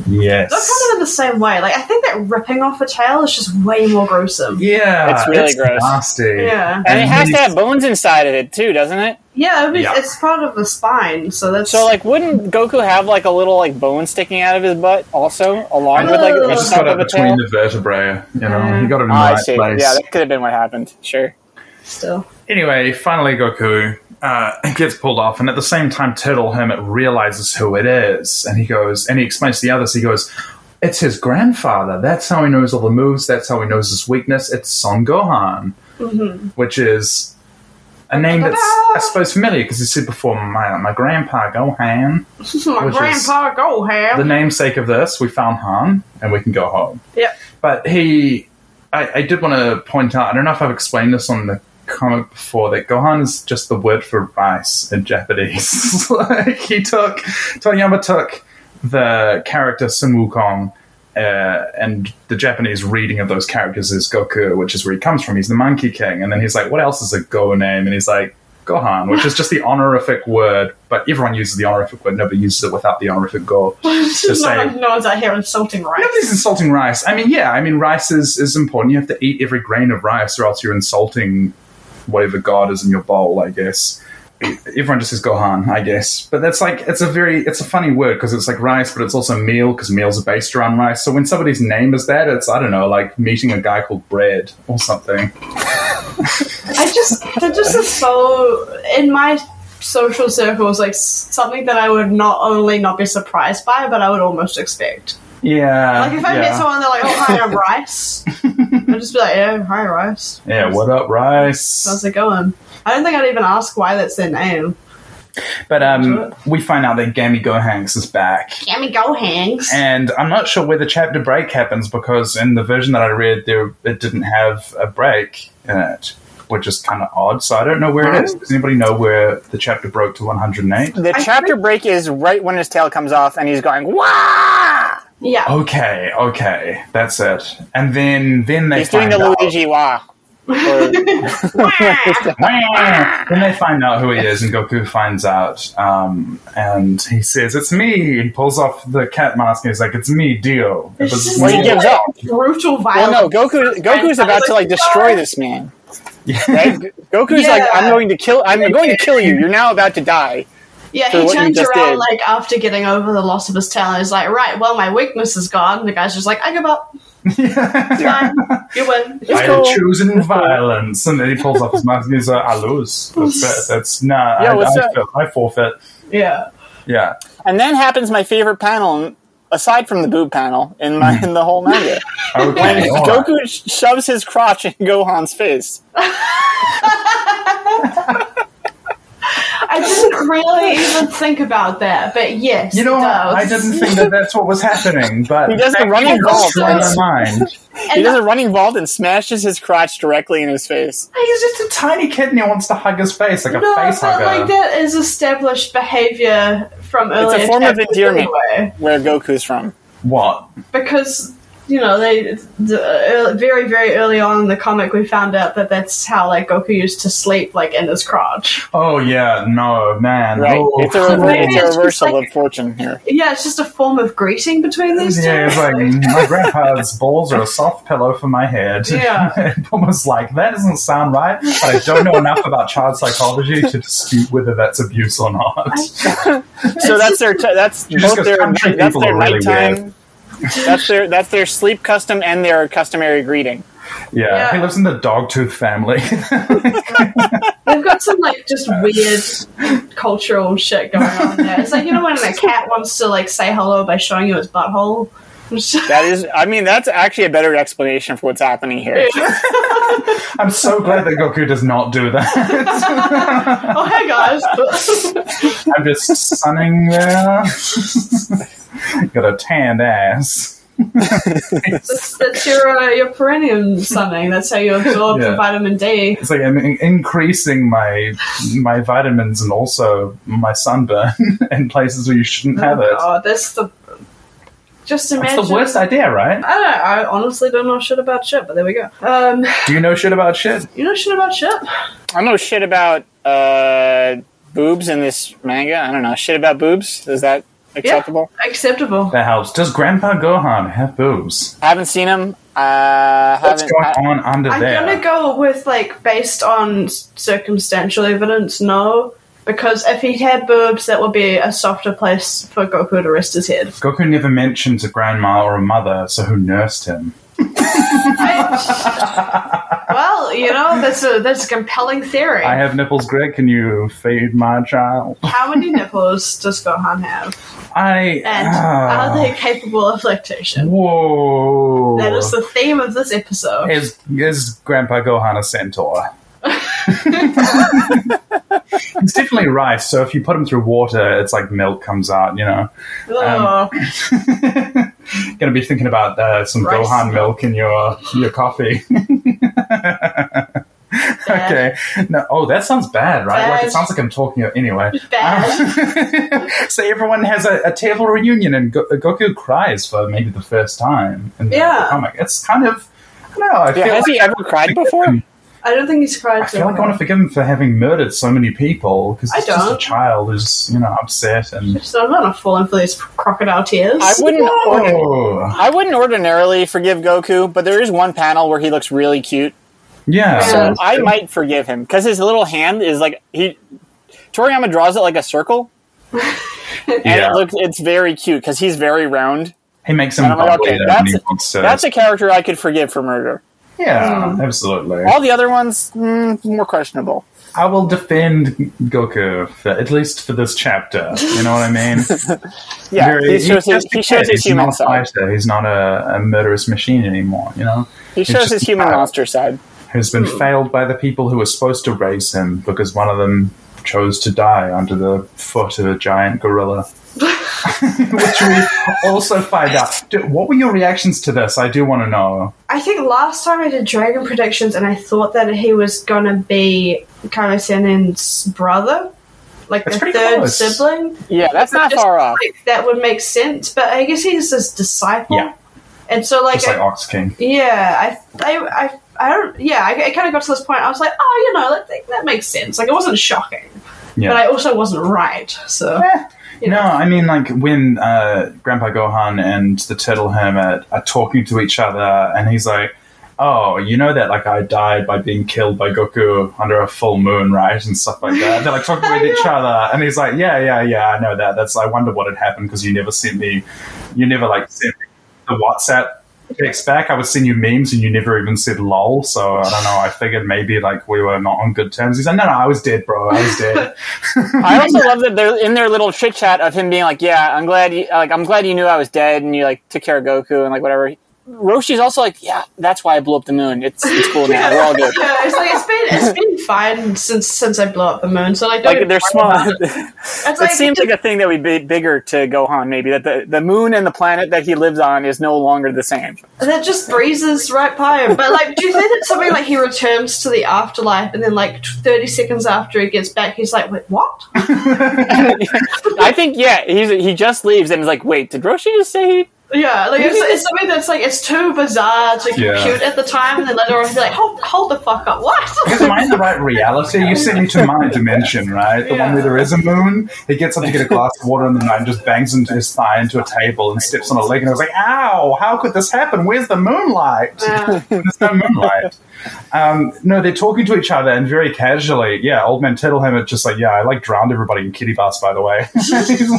Yes.
Not kind of in the same way. Like I think that ripping off a tail is just way more gruesome.
yeah,
It's really gross.
Nasty.
Yeah,
And it has
he-
to have bones inside of it too, doesn't it?
yeah, I mean,
Yeah.
it's part of the spine, so that's
So like, wouldn't Goku have like a little like bone sticking out of his butt also, along with like
Ugh.
the
He Uh, just got
top
it
of a tail?
between the vertebrae. You know,
Yeah.
he got it in the
Ah, I
right
see.
place.
Yeah, that could have been what happened. Sure.
still.
Anyway, finally Goku uh, gets pulled off, and at the same time, Turtle Hermit realizes who it is, and he goes, and he explains to the others. He goes, "It's his grandfather. That's how he knows all the moves. That's how he knows his weakness. It's Son Gohan,
mm-hmm.
which is a name that's I suppose familiar because he said before my my grandpa Gohan,
My
Which is-
grandpa
the
Gohan.
namesake of this. We found Han, and we can go home."
Yep.
But he, I, I did want to point out. I don't know if I've explained this on the comic before that Gohan is just the word for rice in Japanese. like he took Toyama took the character Sun Wukong. Uh, and the Japanese reading of those characters is Goku, which is where he comes from. He's the Monkey King, and then he's like, "What else is a Go name?" And he's like, "Gohan," which is just the honorific word, but everyone uses the honorific word. Nobody uses it without the honorific Go to
no,
say
no one's out here insulting
Nobody's
rice.
insulting rice. I mean, yeah, I mean, rice is, is important. You have to eat every grain of rice, or else you're insulting whatever god is in your bowl, I guess. E, Everyone just says Gohan, I guess. But that's like, it's a very, it's a funny word because it's like rice, but it's also meal because meals are based around rice. So when somebody's name is that, it's, I don't know, like meeting a guy called Bread or something.
I just that just is so in my social circles like s- something that I would not only not be surprised by, but I would almost expect.
Uh,
Yeah.
Like if I
yeah.
met someone, they're like, "Oh, hi, I'm Rice." I'd just be like, "Yeah, hi, Rice."
Yeah, what up,
How's
rice?
it going? I don't think I'd even ask why that's their name.
But um, we find out that Gammy Gohanks is back.
Gammy Gohangs.
and I'm not sure where the chapter break happens because in the version that I read, there it didn't have a break in it, which is kind of odd. So I don't know where it is. Does anybody know where the chapter broke to 108?
The
I
chapter break is right when his tail comes off, and he's going wah.
Yeah.
Oh,
Okay, okay, that's it. And then then they
He's doing
find
the
out.
Luigi wah. Or-
then they find out who he is, and Goku finds out, um, and he says, "It's me." He pulls off the cat mask, and he's like, "It's me, Dio." It
It's
was
just
me."
Well, he gives up.
brutal
well,
violence.
no, Goku. Goku's
I was
about to
like,
like destroy
"No."
this man. Right? Goku's
Yeah.
like, I'm going to kill. I'm going to kill you. You're now about to die.
Yeah,
So
he
what you
turns
just
around
did.
like after getting over the loss of his talent. He's like, right, well, my weakness is gone. And the guy's just like, I give up. It's fine. You win.
I
cool.
have chosen violence. And then he pulls off his mask and he's like, I lose. That's, it. That's nah,
Yeah,
I,
what's
I,
up?
feel- I forfeit.
Yeah.
Yeah.
And then happens my favorite panel, aside from the boob panel in
Mm.
my in the whole manga.
Okay. all right.
Goku sh- shoves his crotch in Gohan's face.
I didn't really even think about that, but yes.
You know,
it
what?
does.
I didn't think that that's what was happening, but
He does a running ball.
it's in my mind.
He
And
does a running ball and smashes his crotch directly in his face.
He's just a tiny kid and he wants to hug his face like a
no,
face
but
hugger.
like that is established behavior from earlier.
form of
chapters
endearment.
anyway.
Where Goku's from.
What?
because you know they the, ear- very very early on in the comic we found out that that's how like Goku used to sleep like in his crotch.
Oh, yeah, no, man.
Right.
Oh.
It's a rever-
Maybe it's
it's a
just
reversal
like-
of fortune here.
Yeah, it's just a form of greeting between these two.
Yeah, it's like my grandpa's balls are a soft pillow for my head.
Yeah.
almost like that doesn't sound right. But I don't know enough about child psychology to dispute whether that's abuse or not.
So that's their t- that's
You just go,
both their
"Some
night- that's
people
their
are really
nighttime. that's their that's their sleep custom and their customary greeting.
Yeah,
Yeah.
he lives in the Dogtooth family.
They've got some like just weird cultural shit going on there. It's like you know when a cat wants to like say hello by showing you its butthole. It's just-
That is, I mean, that's actually a better explanation for what's happening here.
I'm so glad that Goku does not do that.
oh hey guys,
I'm just sunning there. Got a tanned ass.
that's, that's your uh, your perennium sunning. That's how you absorb
Yeah.
the vitamin D.
It's like I'm in- increasing my my vitamins and also my sunburn in places where you shouldn't have
Oh
it.
god, that's the Just
That's
imagine.
the worst idea, right?
I don't know. I honestly don't know shit about shit, but there we go. Um,
Do you know shit about shit?
you know shit about shit?
I know shit about uh, boobs in this manga. I don't know shit about boobs. Is that acceptable?
Acceptable.
That helps. Does Grandpa Gohan have boobs?
I haven't seen them. Uh,
What's
haven't,
going
I-
on under
I'm
there?
gonna go with like based on s- circumstantial evidence, no, because if he had boobs, that would be a softer place for Goku to rest his head.
Goku never mentions a grandma or a mother, so who nursed him?
well, you know that's a that's a compelling theory.
I have nipples, Greg. Can you feed my child?
How many nipples does Gohan have,
I.
and
ah.
are they capable of lactation?
Whoa.
That is the theme of this episode.
is, is Grandpa Gohan a centaur? it's definitely rice, so if you put him through water, it's like milk comes out, you know. um,
Ugh.
Gonna be thinking about uh, some
Rice.
Gohan milk in your your coffee. okay. No. Oh, that sounds bad, right? Like it
Bad.
sounds like I'm talking. Anyway. Um,
Bad.
so everyone has a, a table reunion, and Go- Goku cries for maybe the first time in the,
Yeah.
comic. It's kind of. I don't know. I
Yeah,
feel
has
like
he ever cried before?
I don't think he's cried.
I feel like I want to forgive him for having murdered so many people because
I
he's just a
don't.
child who's you know upset and.
So I'm not falling for these crocodile tears.
I wouldn't. Order,
Oh,
I wouldn't ordinarily forgive Goku, but there is one panel where he looks really cute,
yeah.
so
Yeah.
I might forgive him because his little hand is like he. Toriyama draws it like a circle, and
Yeah.
it looks it's very cute because he's very round.
he makes him
I'm like,
bubbly
okay,
and
that's-
he wants to-
That's a character I could forgive for murder.
yeah,
Hmm.
absolutely.
All the other ones, mm, more questionable.
I will defend Goku for, at least for this chapter. You know what I mean?
Yeah,
Very-
he shows, his,
just a
he
kid.
shows his
He's
human
not a
side.
fighter. He's not a, a murderous machine anymore. You know,
He shows
just
his
a
human
child
monster side.
Who's been
Hmm.
failed by the people who were supposed to raise him because one of them chose to die under the foot of a giant gorilla. Which we also find out. Do- What were your reactions to this? I do want to know.
I think last time I did Dragon Predictions and I thought that he was gonna be Kame Senen's brother. Like
That's
the
pretty
third
close.
sibling.
Yeah, that's not
Just,
far off.
like, that would make sense, but I guess he's his disciple.
Yeah.
And so like,
Just like
I-
Ox King.
yeah, I I I, I don't yeah, I, I kind of got to this point. I was like, oh, you know, that, that, that makes sense. Like it wasn't shocking,
Yeah.
but I also wasn't right. So you
No,
know.
I mean like when uh, Grandpa Gohan and the Turtle Hermit are talking to each other, and he's like, "Oh, you know that like I died by being killed by Goku under a full moon, right?" And stuff like that. They're like talking with each other, and he's like, "Yeah, yeah, yeah, I know that. That's I wonder what had happened because you never sent me, you never like sent me the WhatsApp." Text back. I was sending you memes, and you never even said "lol." So I don't know. I figured maybe like we were not on good terms. He's like, "No, no, I was dead, bro. I was dead."
I also love that they're in their little chit chat of him being like, "Yeah, I'm glad, you, like, I'm glad you knew I was dead and you like took care of Goku and like whatever." Roshi's also like, "Yeah, that's why I blew up the moon. It's it's cool now. We're all good."
yeah, it's like it's been it's been fine since since I blew up the moon. So like, don't
Like
even
they're
worry
small.
about it.
it
It's like,
seems like a thing that would be bigger to Gohan. Maybe that the the moon and the planet that he lives on is no longer the same.
that just breezes right by him. But like, do you think it's something like he returns to the afterlife, and then like t- thirty seconds after he gets back, he's like, "Wait, what?"
I think yeah, he's he just leaves and is like, "Wait, did Roshi just say he
Yeah, like it's, it's something that's like it's too bizarre to
Yeah.
compute at the time, and then later on he's like, "Hold, hold the fuck up,
Because
what?"
am I in the right reality? You sent me to my dimension, right? The one where there is a moon. He gets up to get a glass of water in the night and just bangs into his thigh into a table and steps on a leg. And I was like, ow, how could this happen? Where's the moonlight?
Yeah.
There's no moonlight. Um, no, they're talking to each other and very casually. Yeah, old man Tittlehammer just like, yeah, I like drowned everybody in kitty baths, by the way. He's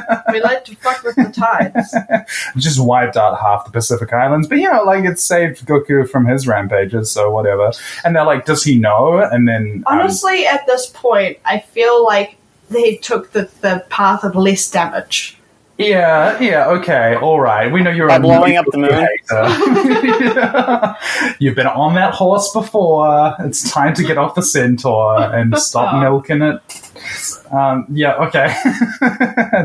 like,
we like to fuck with the tides.
Um, just wiped out half the Pacific Islands. But you know, like it saved Goku from his rampages, so whatever. And they're like, does he know? And then um,
Honestly, at this point, I feel like they took the, the path of less damage.
Yeah, yeah, okay, all right. We know you're
By
a
blowing up the moon.
hater. You've been on that horse before. It's time to get off the centaur and stop
Oh.
milking it. Um, yeah, okay.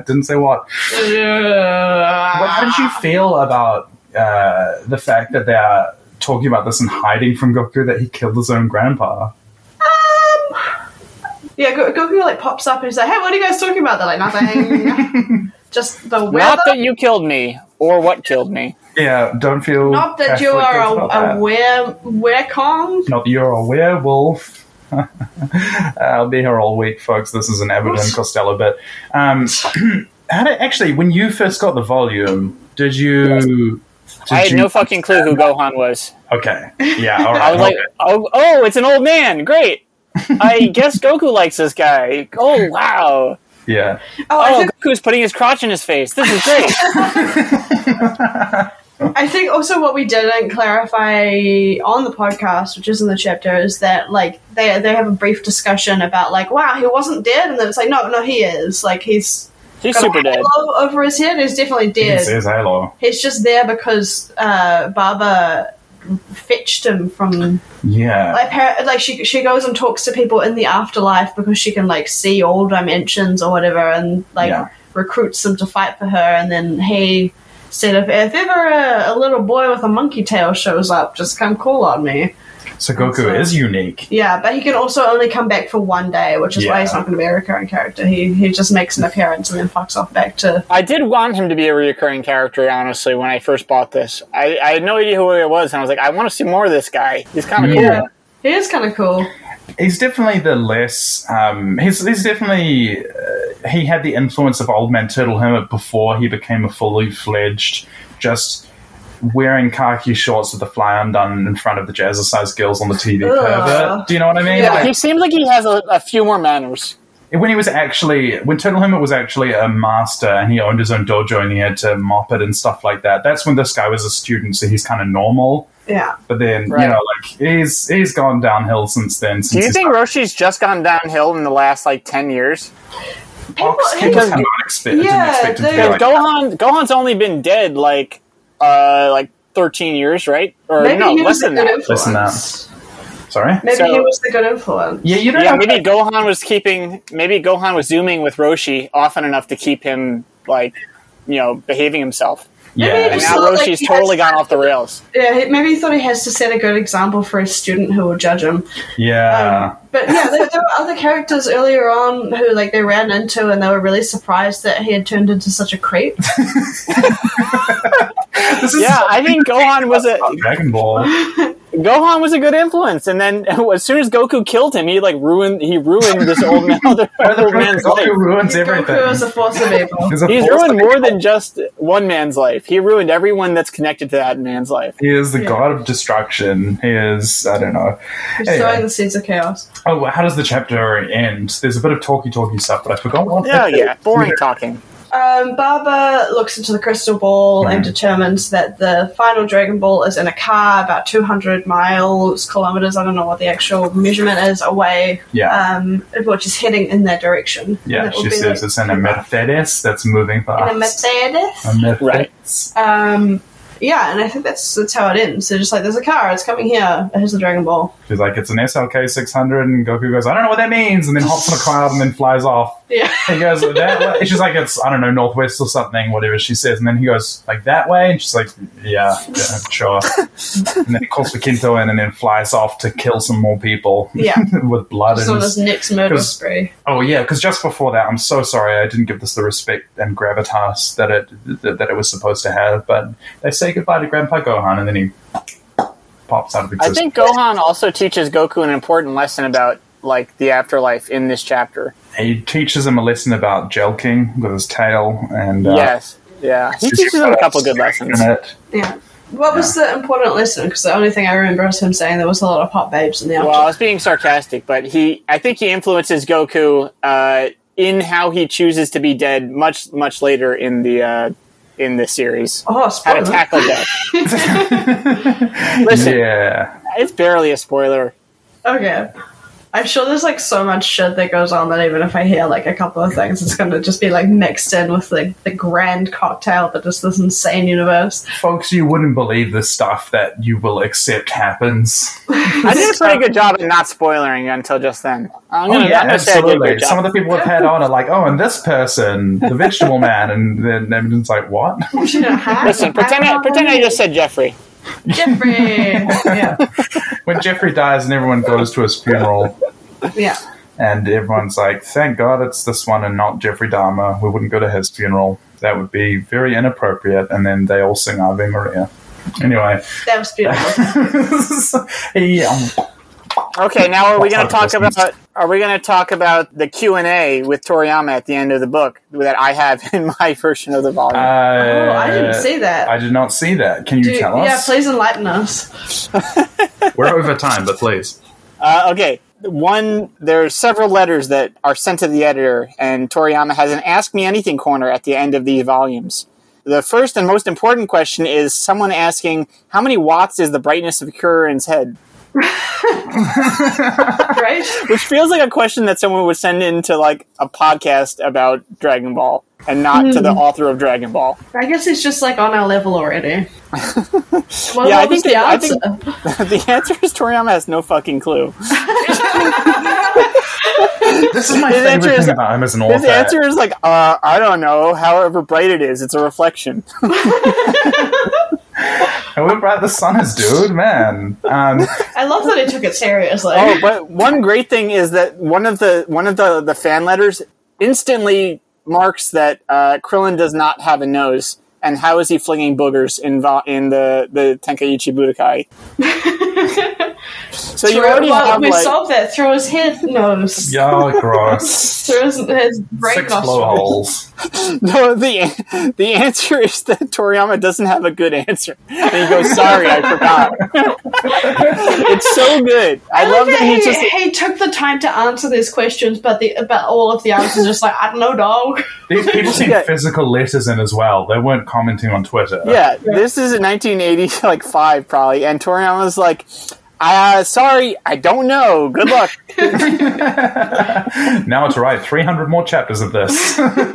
Didn't say what. Well, how did you feel about uh, the fact that they're talking about this and hiding from Goku that he killed his own grandpa?
Um, Yeah, Go- Goku like pops up and he's like, "Hey, what are you guys talking about?" They're like, "Nothing." Just the weather.
not that you killed me or what killed me.
Yeah, don't feel.
Not that you
Catholic
are
about
a,
that.
a were were Kong.
Not that you're a werewolf. Uh, I'll be here all week, folks. This is an Abbott and Costello bit. Um, how did, actually, when you first got the volume, did you? Did
I had
you-
no fucking clue who Gohan was.
Okay. Yeah. All right.
I was like,
okay.
oh, oh, it's an old man. Great. I guess Goku likes this guy. Oh wow!
yeah.
Oh, I
Oh,
think
Goku's putting his crotch in his face. This is great.
I think also what we didn't clarify on the podcast, which is in the chapter, is that like they they have a brief discussion about like, wow, he wasn't dead, and then it's like, no, no, he is. Like he's
He's
got a
super dead.
halo over his head. He's definitely
It
dead.
says hello.
He's just there because uh, Baba fetched him from
Yeah.
like par- like she she goes and talks to people in the afterlife because she can like see all dimensions or whatever and like
Yeah.
recruits them to fight for her and then he said if, if ever a, a little boy with a monkey tail shows up just come call on me
so Goku
so-
is unique.
yeah but he can also only come back for one day which is why he's
Yeah.
not going to be a recurring character he he just makes an appearance and then fucks off back to
I did want him to be a reoccurring character, honestly, when I first bought this. I, I had no idea who it was, and I was like, I want to see more of this guy. He's kind of
Yeah.
cool.
he is kind of cool
He's definitely the less. Um, he's, he's definitely. Uh, he had the influence of Old Man Turtle Hermit before he became a fully fledged, just wearing khaki shorts with the fly undone in front of the jazzercise girls on the TV
Ugh.
pervert. Do you know what I mean?
Yeah.
Like,
He seems like he has a, a few more manners.
when he was actually when Turtle Hermit was actually a master and he owned his own dojo and he had to mop it and stuff like that. That's when this guy was a student, so he's kind of normal.
yeah
But then
Right.
you know, like he's he's gone downhill since then. Since
Do you
he's
think Roshi's just gone downhill in the last like ten years?
people,
Ox
he-
King was kind of unexpected.
Yeah,
didn't expect him to
they-
be
Because
like,
Gohan Gohan's only been dead like uh like thirteen years, right? Or
maybe
no,
he was
less
the
than
good
that.
Less than that.
influence
sorry.
maybe
So-
he was the good influence
Yeah, you don't
Yeah,
know.
maybe Gohan was keeping maybe Gohan was zooming with Roshi often enough to keep him like you know, behaving himself.
maybe he
yeah,
And
just-
now
So, like,
Roshi's
he has-
totally gone off the rails.
Yeah, he- maybe he thought he has to set a good example for a student who will judge him.
yeah.
Um, but yeah, there, there were other characters earlier on who like they ran into and they were really surprised that he had turned into such a creep.
This is
Yeah, I think Gohan was a
Dragon Ball.
Gohan was a good influence, and then as soon as Goku killed him, he like ruined he ruined this old man, other, old man's life.
Goku ruins everything.
Goku was a force of evil.
He's a
He's
force
ruined
of
more than just one man's life. He ruined everyone that's connected to that man's life.
He is the
Yeah.
god of destruction. He is, I don't know.
He's
Anyway.
sowing the seeds of chaos.
Oh, well, how does the chapter end? There's a bit of talky talky stuff, but I forgot what.
Yeah, yeah, boring talking.
Um, Baba looks into the crystal ball
Mm-hmm.
and determines that the final Dragon Ball is in a car about 200 miles, kilometers, I don't know what the actual measurement is, away,
Yeah,
um, which is heading in that direction. And
yeah.
it will
She
be,
says
like,
it's in a Mercedes that's moving
in a
fast.
Mercedes.
Mercedes.
Right.
Um, yeah, and I think that's that's how it ends. They're just like, there's a car, it's coming here. Here's the Dragon Ball.
She's like, it's an SLK 600, and Goku goes, I don't know what that means, and then hops on a cloud and then flies off.
Yeah,
He goes that way. She's like, it's I don't know northwest or something, whatever she says, and then he goes like that way, and she's like, yeah, yeah sure. and then he calls for Kinto in, and then flies off to kill some more people.
Yeah.
with blood
just
and
on this next murder
'cause-
spree.
Oh yeah, because just before that, I'm so sorry I didn't give this the respect and gravitas that it that, that it was supposed to have. But they say goodbye to Grandpa Gohan, and then he pops out of
I
existence.
think Gohan also teaches Goku an important lesson about like the afterlife in this chapter.
he teaches him a lesson about jelking with his tail, and uh,
Yes, yeah, he teaches him a couple good lessons.
in it.
Yeah. What was the important lesson? Because the only thing I remember is him saying there was a lot of hot babes in the
Well, I
afterlife.
was being sarcastic, but he, I think he influences Goku uh, in how he chooses to be dead much, much later in the uh, in the series.
Oh,
How to
spoiler.
tackle death. Listen,
Yeah,
it's barely a spoiler.
Okay. I'm sure there's like so much shit that goes on that even if I hear like a couple of things, it's gonna just be like mixed in with like the grand cocktail that is this insane universe.
folks, you wouldn't believe the stuff that you will accept happens.
I did a pretty good job at not spoiling until just then. I'm gonna, I'm gonna say I did a good job.
Oh, Some of the people we've had on are like, oh, and this person, the vegetable man, and then everyone's like, what?
You know, huh?
Listen, pretend I, pretend I just said Jeffrey.
Jeffrey.
yeah. When Jeffrey dies and everyone goes to his funeral,
yeah.
and everyone's like, "Thank God it's this one and not Jeffrey Dahmer. We wouldn't go to his funeral." that would be very inappropriate. And then they all sing Ave Maria. Anyway,
That was beautiful.
yeah. um,
Okay, now are we going to
Outside
talk
of this.
about? Are we going to talk about the Q and A with Toriyama at the end of the book that I have in my version of the volume?
Uh,
oh, I
Uh,
didn't see that.
I did not see that. Can you
Dude,
tell
yeah,
us?
please enlighten us.
We're over time, but please.
Uh, okay. One, there are several letters that are sent to the editor, and Toriyama has an Ask Me Anything corner at the end of these volumes. The first and most important question is someone asking, How many watts is the brightness of Kuririn's head?
Great.
Which feels like a question that someone would send into like a podcast about Dragon Ball and not to the author of Dragon Ball.
I guess he's just like on our level already. Well,
Yeah, I
what was
think
the
that- I
answer?
think- the answer is Toriyama has no fucking clue.
This is my
His answer
favorite
is-
thing about him as an author.
His answer is like, uh, I don't know, however bright it is, it's a reflection.
However bright the sun is, dude, man. Um,
I love that he took it seriously.
Oh, but one great thing is that one of the one of the the fan letters instantly marks that uh, Krillin does not have a nose, and how is he flinging boogers in vo- in the the Tenkaichi Budokai? so you already
Well,
have
we
like
solved that through his head nose,
yeah, gross.
through his, his brain
Six blowholes.
no the the answer is that Toriyama doesn't have a good answer, and he goes, "Sorry, I forgot." it's so good. I,
I
love
love
that
he,
he just
he took the time to answer these questions, but the but all of the answers just like I don't know, dog.
These people sent
Yeah.
physical letters in as well. They weren't commenting on Twitter.
Yeah, this is in 1980, like five probably, and Toriyama's like, uh, sorry, I don't know. Good luck.
Now to write 300 more chapters of this. Where I,
I mean,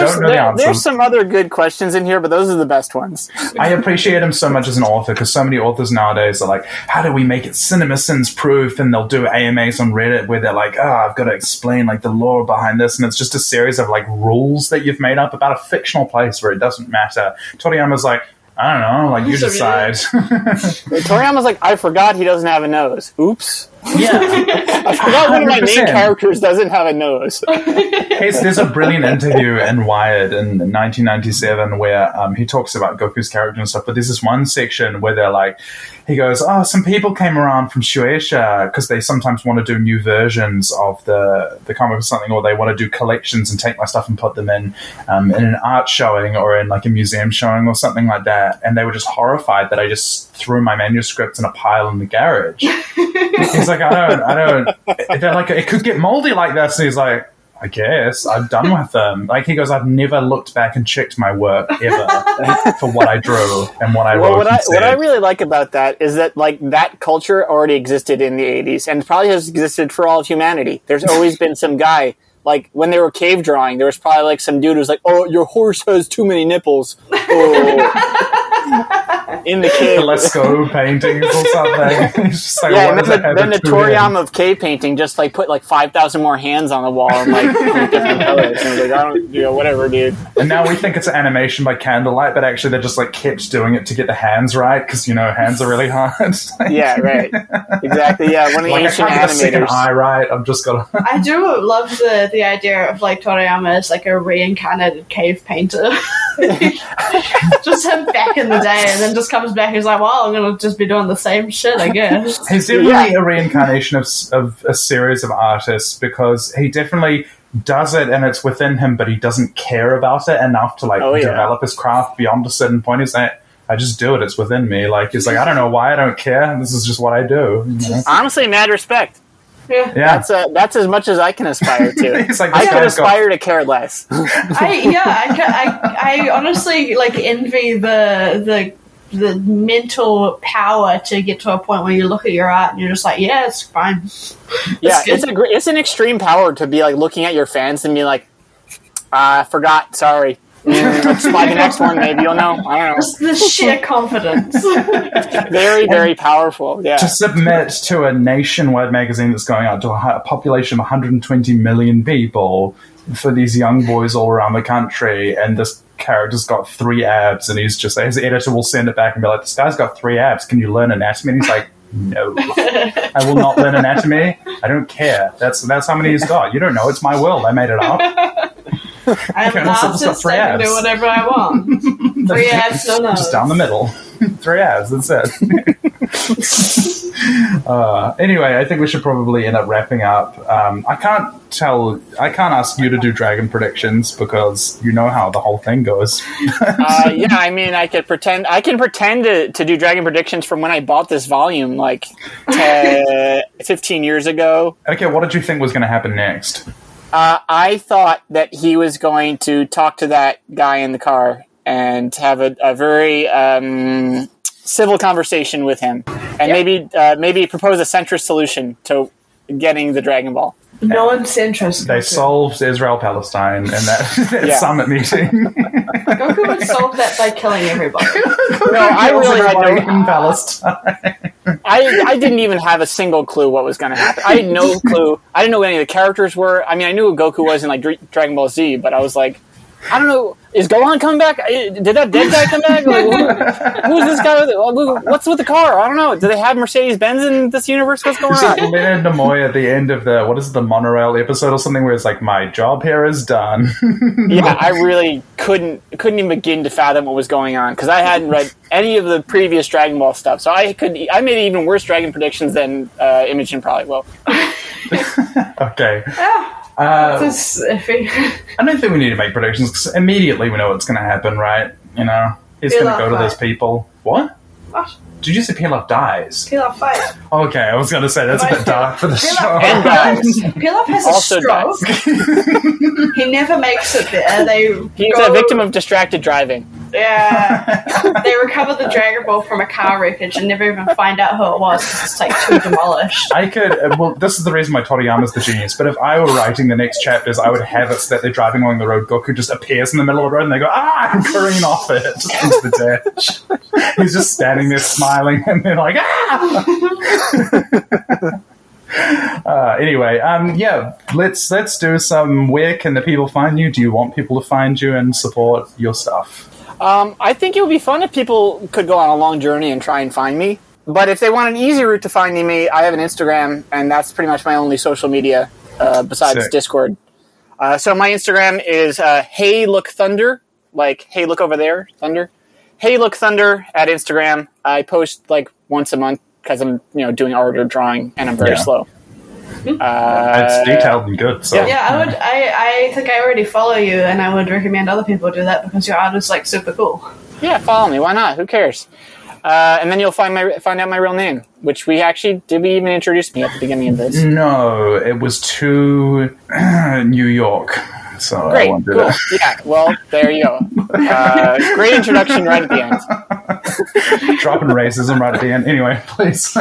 there's,
don't know the
there-
answers.
there's some other good questions in here, but those are the best ones.
I appreciate him so much as an author because so many authors nowadays are like, how do we make it CinemaSins proof? And they'll do AMAs on Reddit where they're like, oh, I've got to explain like the lore behind this. And it's just a series of like rules that you've made up about a fictional place where it doesn't matter. Toriyama's like, I don't know, like you
So
decide.
Toriyama's like, I forgot he doesn't have a nose. Oops.
yeah.
I forgot one of my main
100%.
characters doesn't have a nose.
There's, there's a brilliant interview in Wired in 1997 where um, he talks about Goku's character and stuff, but there's this one section where they're like, he goes, oh, some people came around from Shueisha because they sometimes want to do new versions of the, the comic or something, or they want to do collections and take my stuff and put them in um, in an art showing or in like a museum showing or something like that. And they were just horrified that I just threw my manuscripts in a pile in the garage. he's like, I don't, I don't. They're like, it could get moldy like this. And he's like, I guess I'm done with them. Like he goes, I've never looked back and checked my work ever for what I drew and what I
Well,
wrote.
what
and
I, what I
said."
really like about that is that like that culture already existed in the 80s and probably has existed for all of humanity. There's always been some guy like when they were cave drawing, there was probably like some dude who's like, "Oh, your horse has too many nipples." Oh. in the cave.
the Let's Go paintings or something. He's just like,
yeah,
what
and
does that
then, the,
have
then the
to do with it?
Toriyama of cave painting just like put like 5,000 more hands on the wall and like different colors. And I was like, I don't, you know, whatever, dude.
And now we think it's animation by candlelight, but actually they just like kept doing it to get the hands right because you know hands are really hard. Like,
Yeah, right. Exactly. Yeah, one of the
Like I
ancient
can't get the second
animators.
eye right. I've just got. to...
I do love the the idea of like Toriyama as like a reincarnated cave painter. just him back in the day, and then just comes back. He's like, "Well, I'm gonna just be doing the same shit, I guess."
He's definitely
Yeah.
a reincarnation of, s- of a series of artists because he definitely does it and it's within him, but he doesn't care about it enough to like
Oh, yeah.
develop his craft beyond a certain point. He's like, I just do it. It's within me. Like he's like, I don't know why. I don't care. This is just what I do. you know?
Honestly, mad respect.
Yeah.
Yeah.
That's uh, that's as much as I can aspire to.
He's like,
I
this
could
guy's got-
aspire to care less.
I yeah, I, ca- I, I honestly like envy the the the mental power to get to a point where you look at your art and you're just like, yeah, it's fine.
yeah,
good.
it's a gr- it's an extreme power to be like looking at your fans and be like, "Uh, I forgot, sorry. Mm, Let's buy the next one. Maybe you'll know. I don't know.
Just the sheer confidence.
Very, very powerful. Yeah.
to submit to a nationwide magazine that's going out to a, hi- a population of 120 million people for these young boys all around the country and this character's got three abs and he's just his editor will send it back and be like this guy's got three abs can you learn anatomy and he's like no i will not learn anatomy i don't care that's that's how many he's got you don't know it's my world i made it up
I
Okay,
am
also
not
just got
just
three
I can do
abs.
whatever I want. three abs, no nose.
just down the middle. Three abs, that's it. uh, anyway, I think we should probably end up wrapping up. Um, I can't tell, I can't ask you to do dragon predictions because you know how the whole thing goes.
Uh, yeah, I mean, I could pretend. I can pretend to, to do dragon predictions from when I bought this volume, like uh, fifteen years ago.
Okay, what did you think was going to happen next?
Uh, I thought that he was going to talk to that guy in the car and have a, a very um, civil conversation with him, and maybe uh, maybe propose a centrist solution to getting the Dragon Ball.
Non-centrist.
They
Goku.
solved Israel Palestine in that, that
Yeah.
summit meeting.
Goku would solve that by killing everybody.
No, I really had
Everybody
no.
in Palestine.
I, I didn't even have a single clue what was going to happen. I had no clue. I didn't know what any of the characters were. I mean, I knew who Goku was in like Dra- Dragon Ball Z, but I was like, I don't know. Is Gohan coming back? I- Did that dead guy come back? Like, who, who's this guy? With, who- what's with the car? I don't know. Do they have Mercedes Benz in this universe? What's going
It's like
on?
Leonard Nimoy at the end of the what is it, the monorail episode or something where it's like my job here is done.
Yeah, I really couldn't couldn't even begin to fathom what was going on because I hadn't read any of the previous Dragon Ball stuff. So I could I made even worse Dragon predictions than uh, Imogen probably will.
okay.
Ah,
Uh,
this is iffy.
I don't think we need to make predictions because immediately we know what's going to happen, right? You know, he's
Pilaf
going to go to
dies.
those people. What?
What?
Did you say Pilaf dies?
Pilaf fight.
Okay, I was going to say that's a bit dark for the
And
show.
guys,
Pilaf, Pilaf has
Also
a stroke. he never makes it there. Uh, They
he's
go-
a victim of distracted driving.
Yeah. they recover the Dragon Ball from a car wreckage and never even find out who it was. 'cause It's like too demolished.
I could. uh, Well, this is the reason why Toriyama's the genius. But if I were writing the next chapters, I would have it so that they're driving along the road. Goku just appears in the middle of the road, and they go ah, and careen off it into the ditch. He's just standing there smiling, and they're like ah. Uh, anyway, um, yeah, let's let's do some. Where can the people find you? Do you want people to find you and support your stuff?
Um, I think it would be fun if people could go on a long journey and try and find me. But if they want an easy route to finding me, I have an Instagram, and that's pretty much my only social media uh, besides
Sick.
Discord. Uh, so my Instagram is uh, Hey Look Thunder, like Hey Look Over There Thunder. Hey Look Thunder at Instagram. I post like once a month because I'm you know doing art or drawing, and I'm very
Yeah.
slow.
it's detailed and good. So
Yeah, I would. I, I think I already follow you, and I would recommend other people do that because your art is like super cool.
Yeah, follow me. Why not? Who cares? Uh, and then you'll find my find out my real name, which we actually did. We even introduce me at the beginning of this.
No, it was to New York. So I
Great,
won't do
cool.
that.
Yeah, well, there you go. Uh, great introduction right at the end.
Dropping racism right at the end. Anyway, please.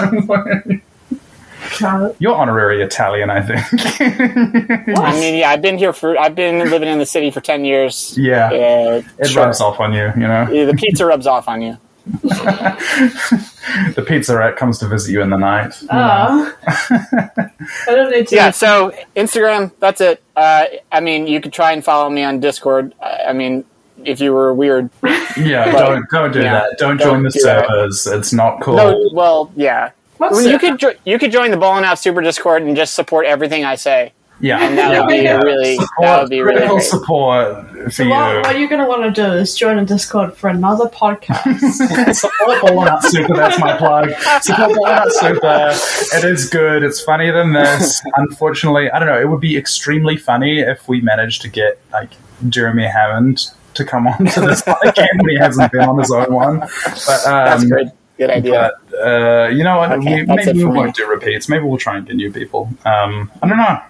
You're honorary Italian, I think.
I mean, yeah, I've been here for I've been living in the city for ten years.
Yeah.
Uh,
It
sure.
rubs off on you, you know.
Yeah, The pizza rubs off on you.
The pizza rat comes to visit you in the night.
Oh. I don't need to.
Yeah. So Instagram, that's it. Uh, I mean, you could try and follow me on Discord. Uh, I, I mean, if you were weird.
Yeah, don't don't do
Yeah.
that. Don't,
Don't
join the
do that.
servers. It's not cool.
No, well, yeah.
What's
Well, you
it?
could jo- you could join the Ball and Out Super Discord and just support everything I say.
yeah,
That would be
yeah.
really
Support-
that would be really
critical
great.
support for
So what,
you.
what you're going to want to do is join a Discord for another podcast.
Support Ball Out Super, that's my plug. Support Ball Out Super. It is good. It's funnier than this. Unfortunately, I don't know. It would be extremely funny if we managed to get like Jeremy Hammond to come on to this podcast. he hasn't been on his own one. But, um,
That's good. Good idea.
But uh, you know what?
Okay,
we,
that's
maybe
it
we
for me.
won't do repeats. Maybe we'll try and get new people. Um, I don't know.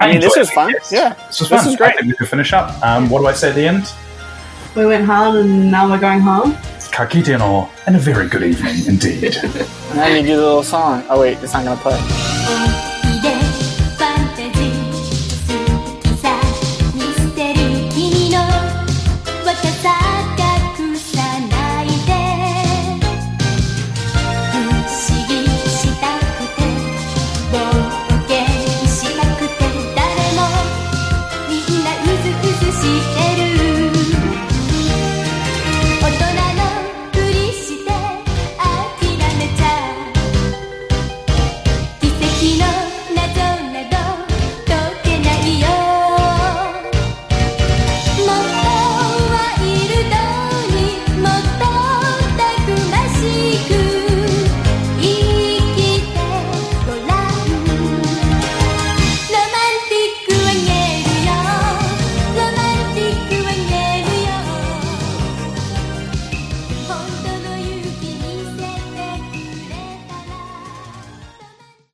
I mean, this
enjoyed
was
it.
fun.
Yes.
Yeah.
This was
This
fun.
was great.
I think we could finish up. Um, what do I say at the end?
we went hard and now we're going home.
Kakite no, and a very good evening indeed.
And then you do the little song. Oh wait, it's not gonna play.
いでファンタジー好きさミステリー君の若さ隠さないで不思議したくて冒険したくて誰もみんなうずうずして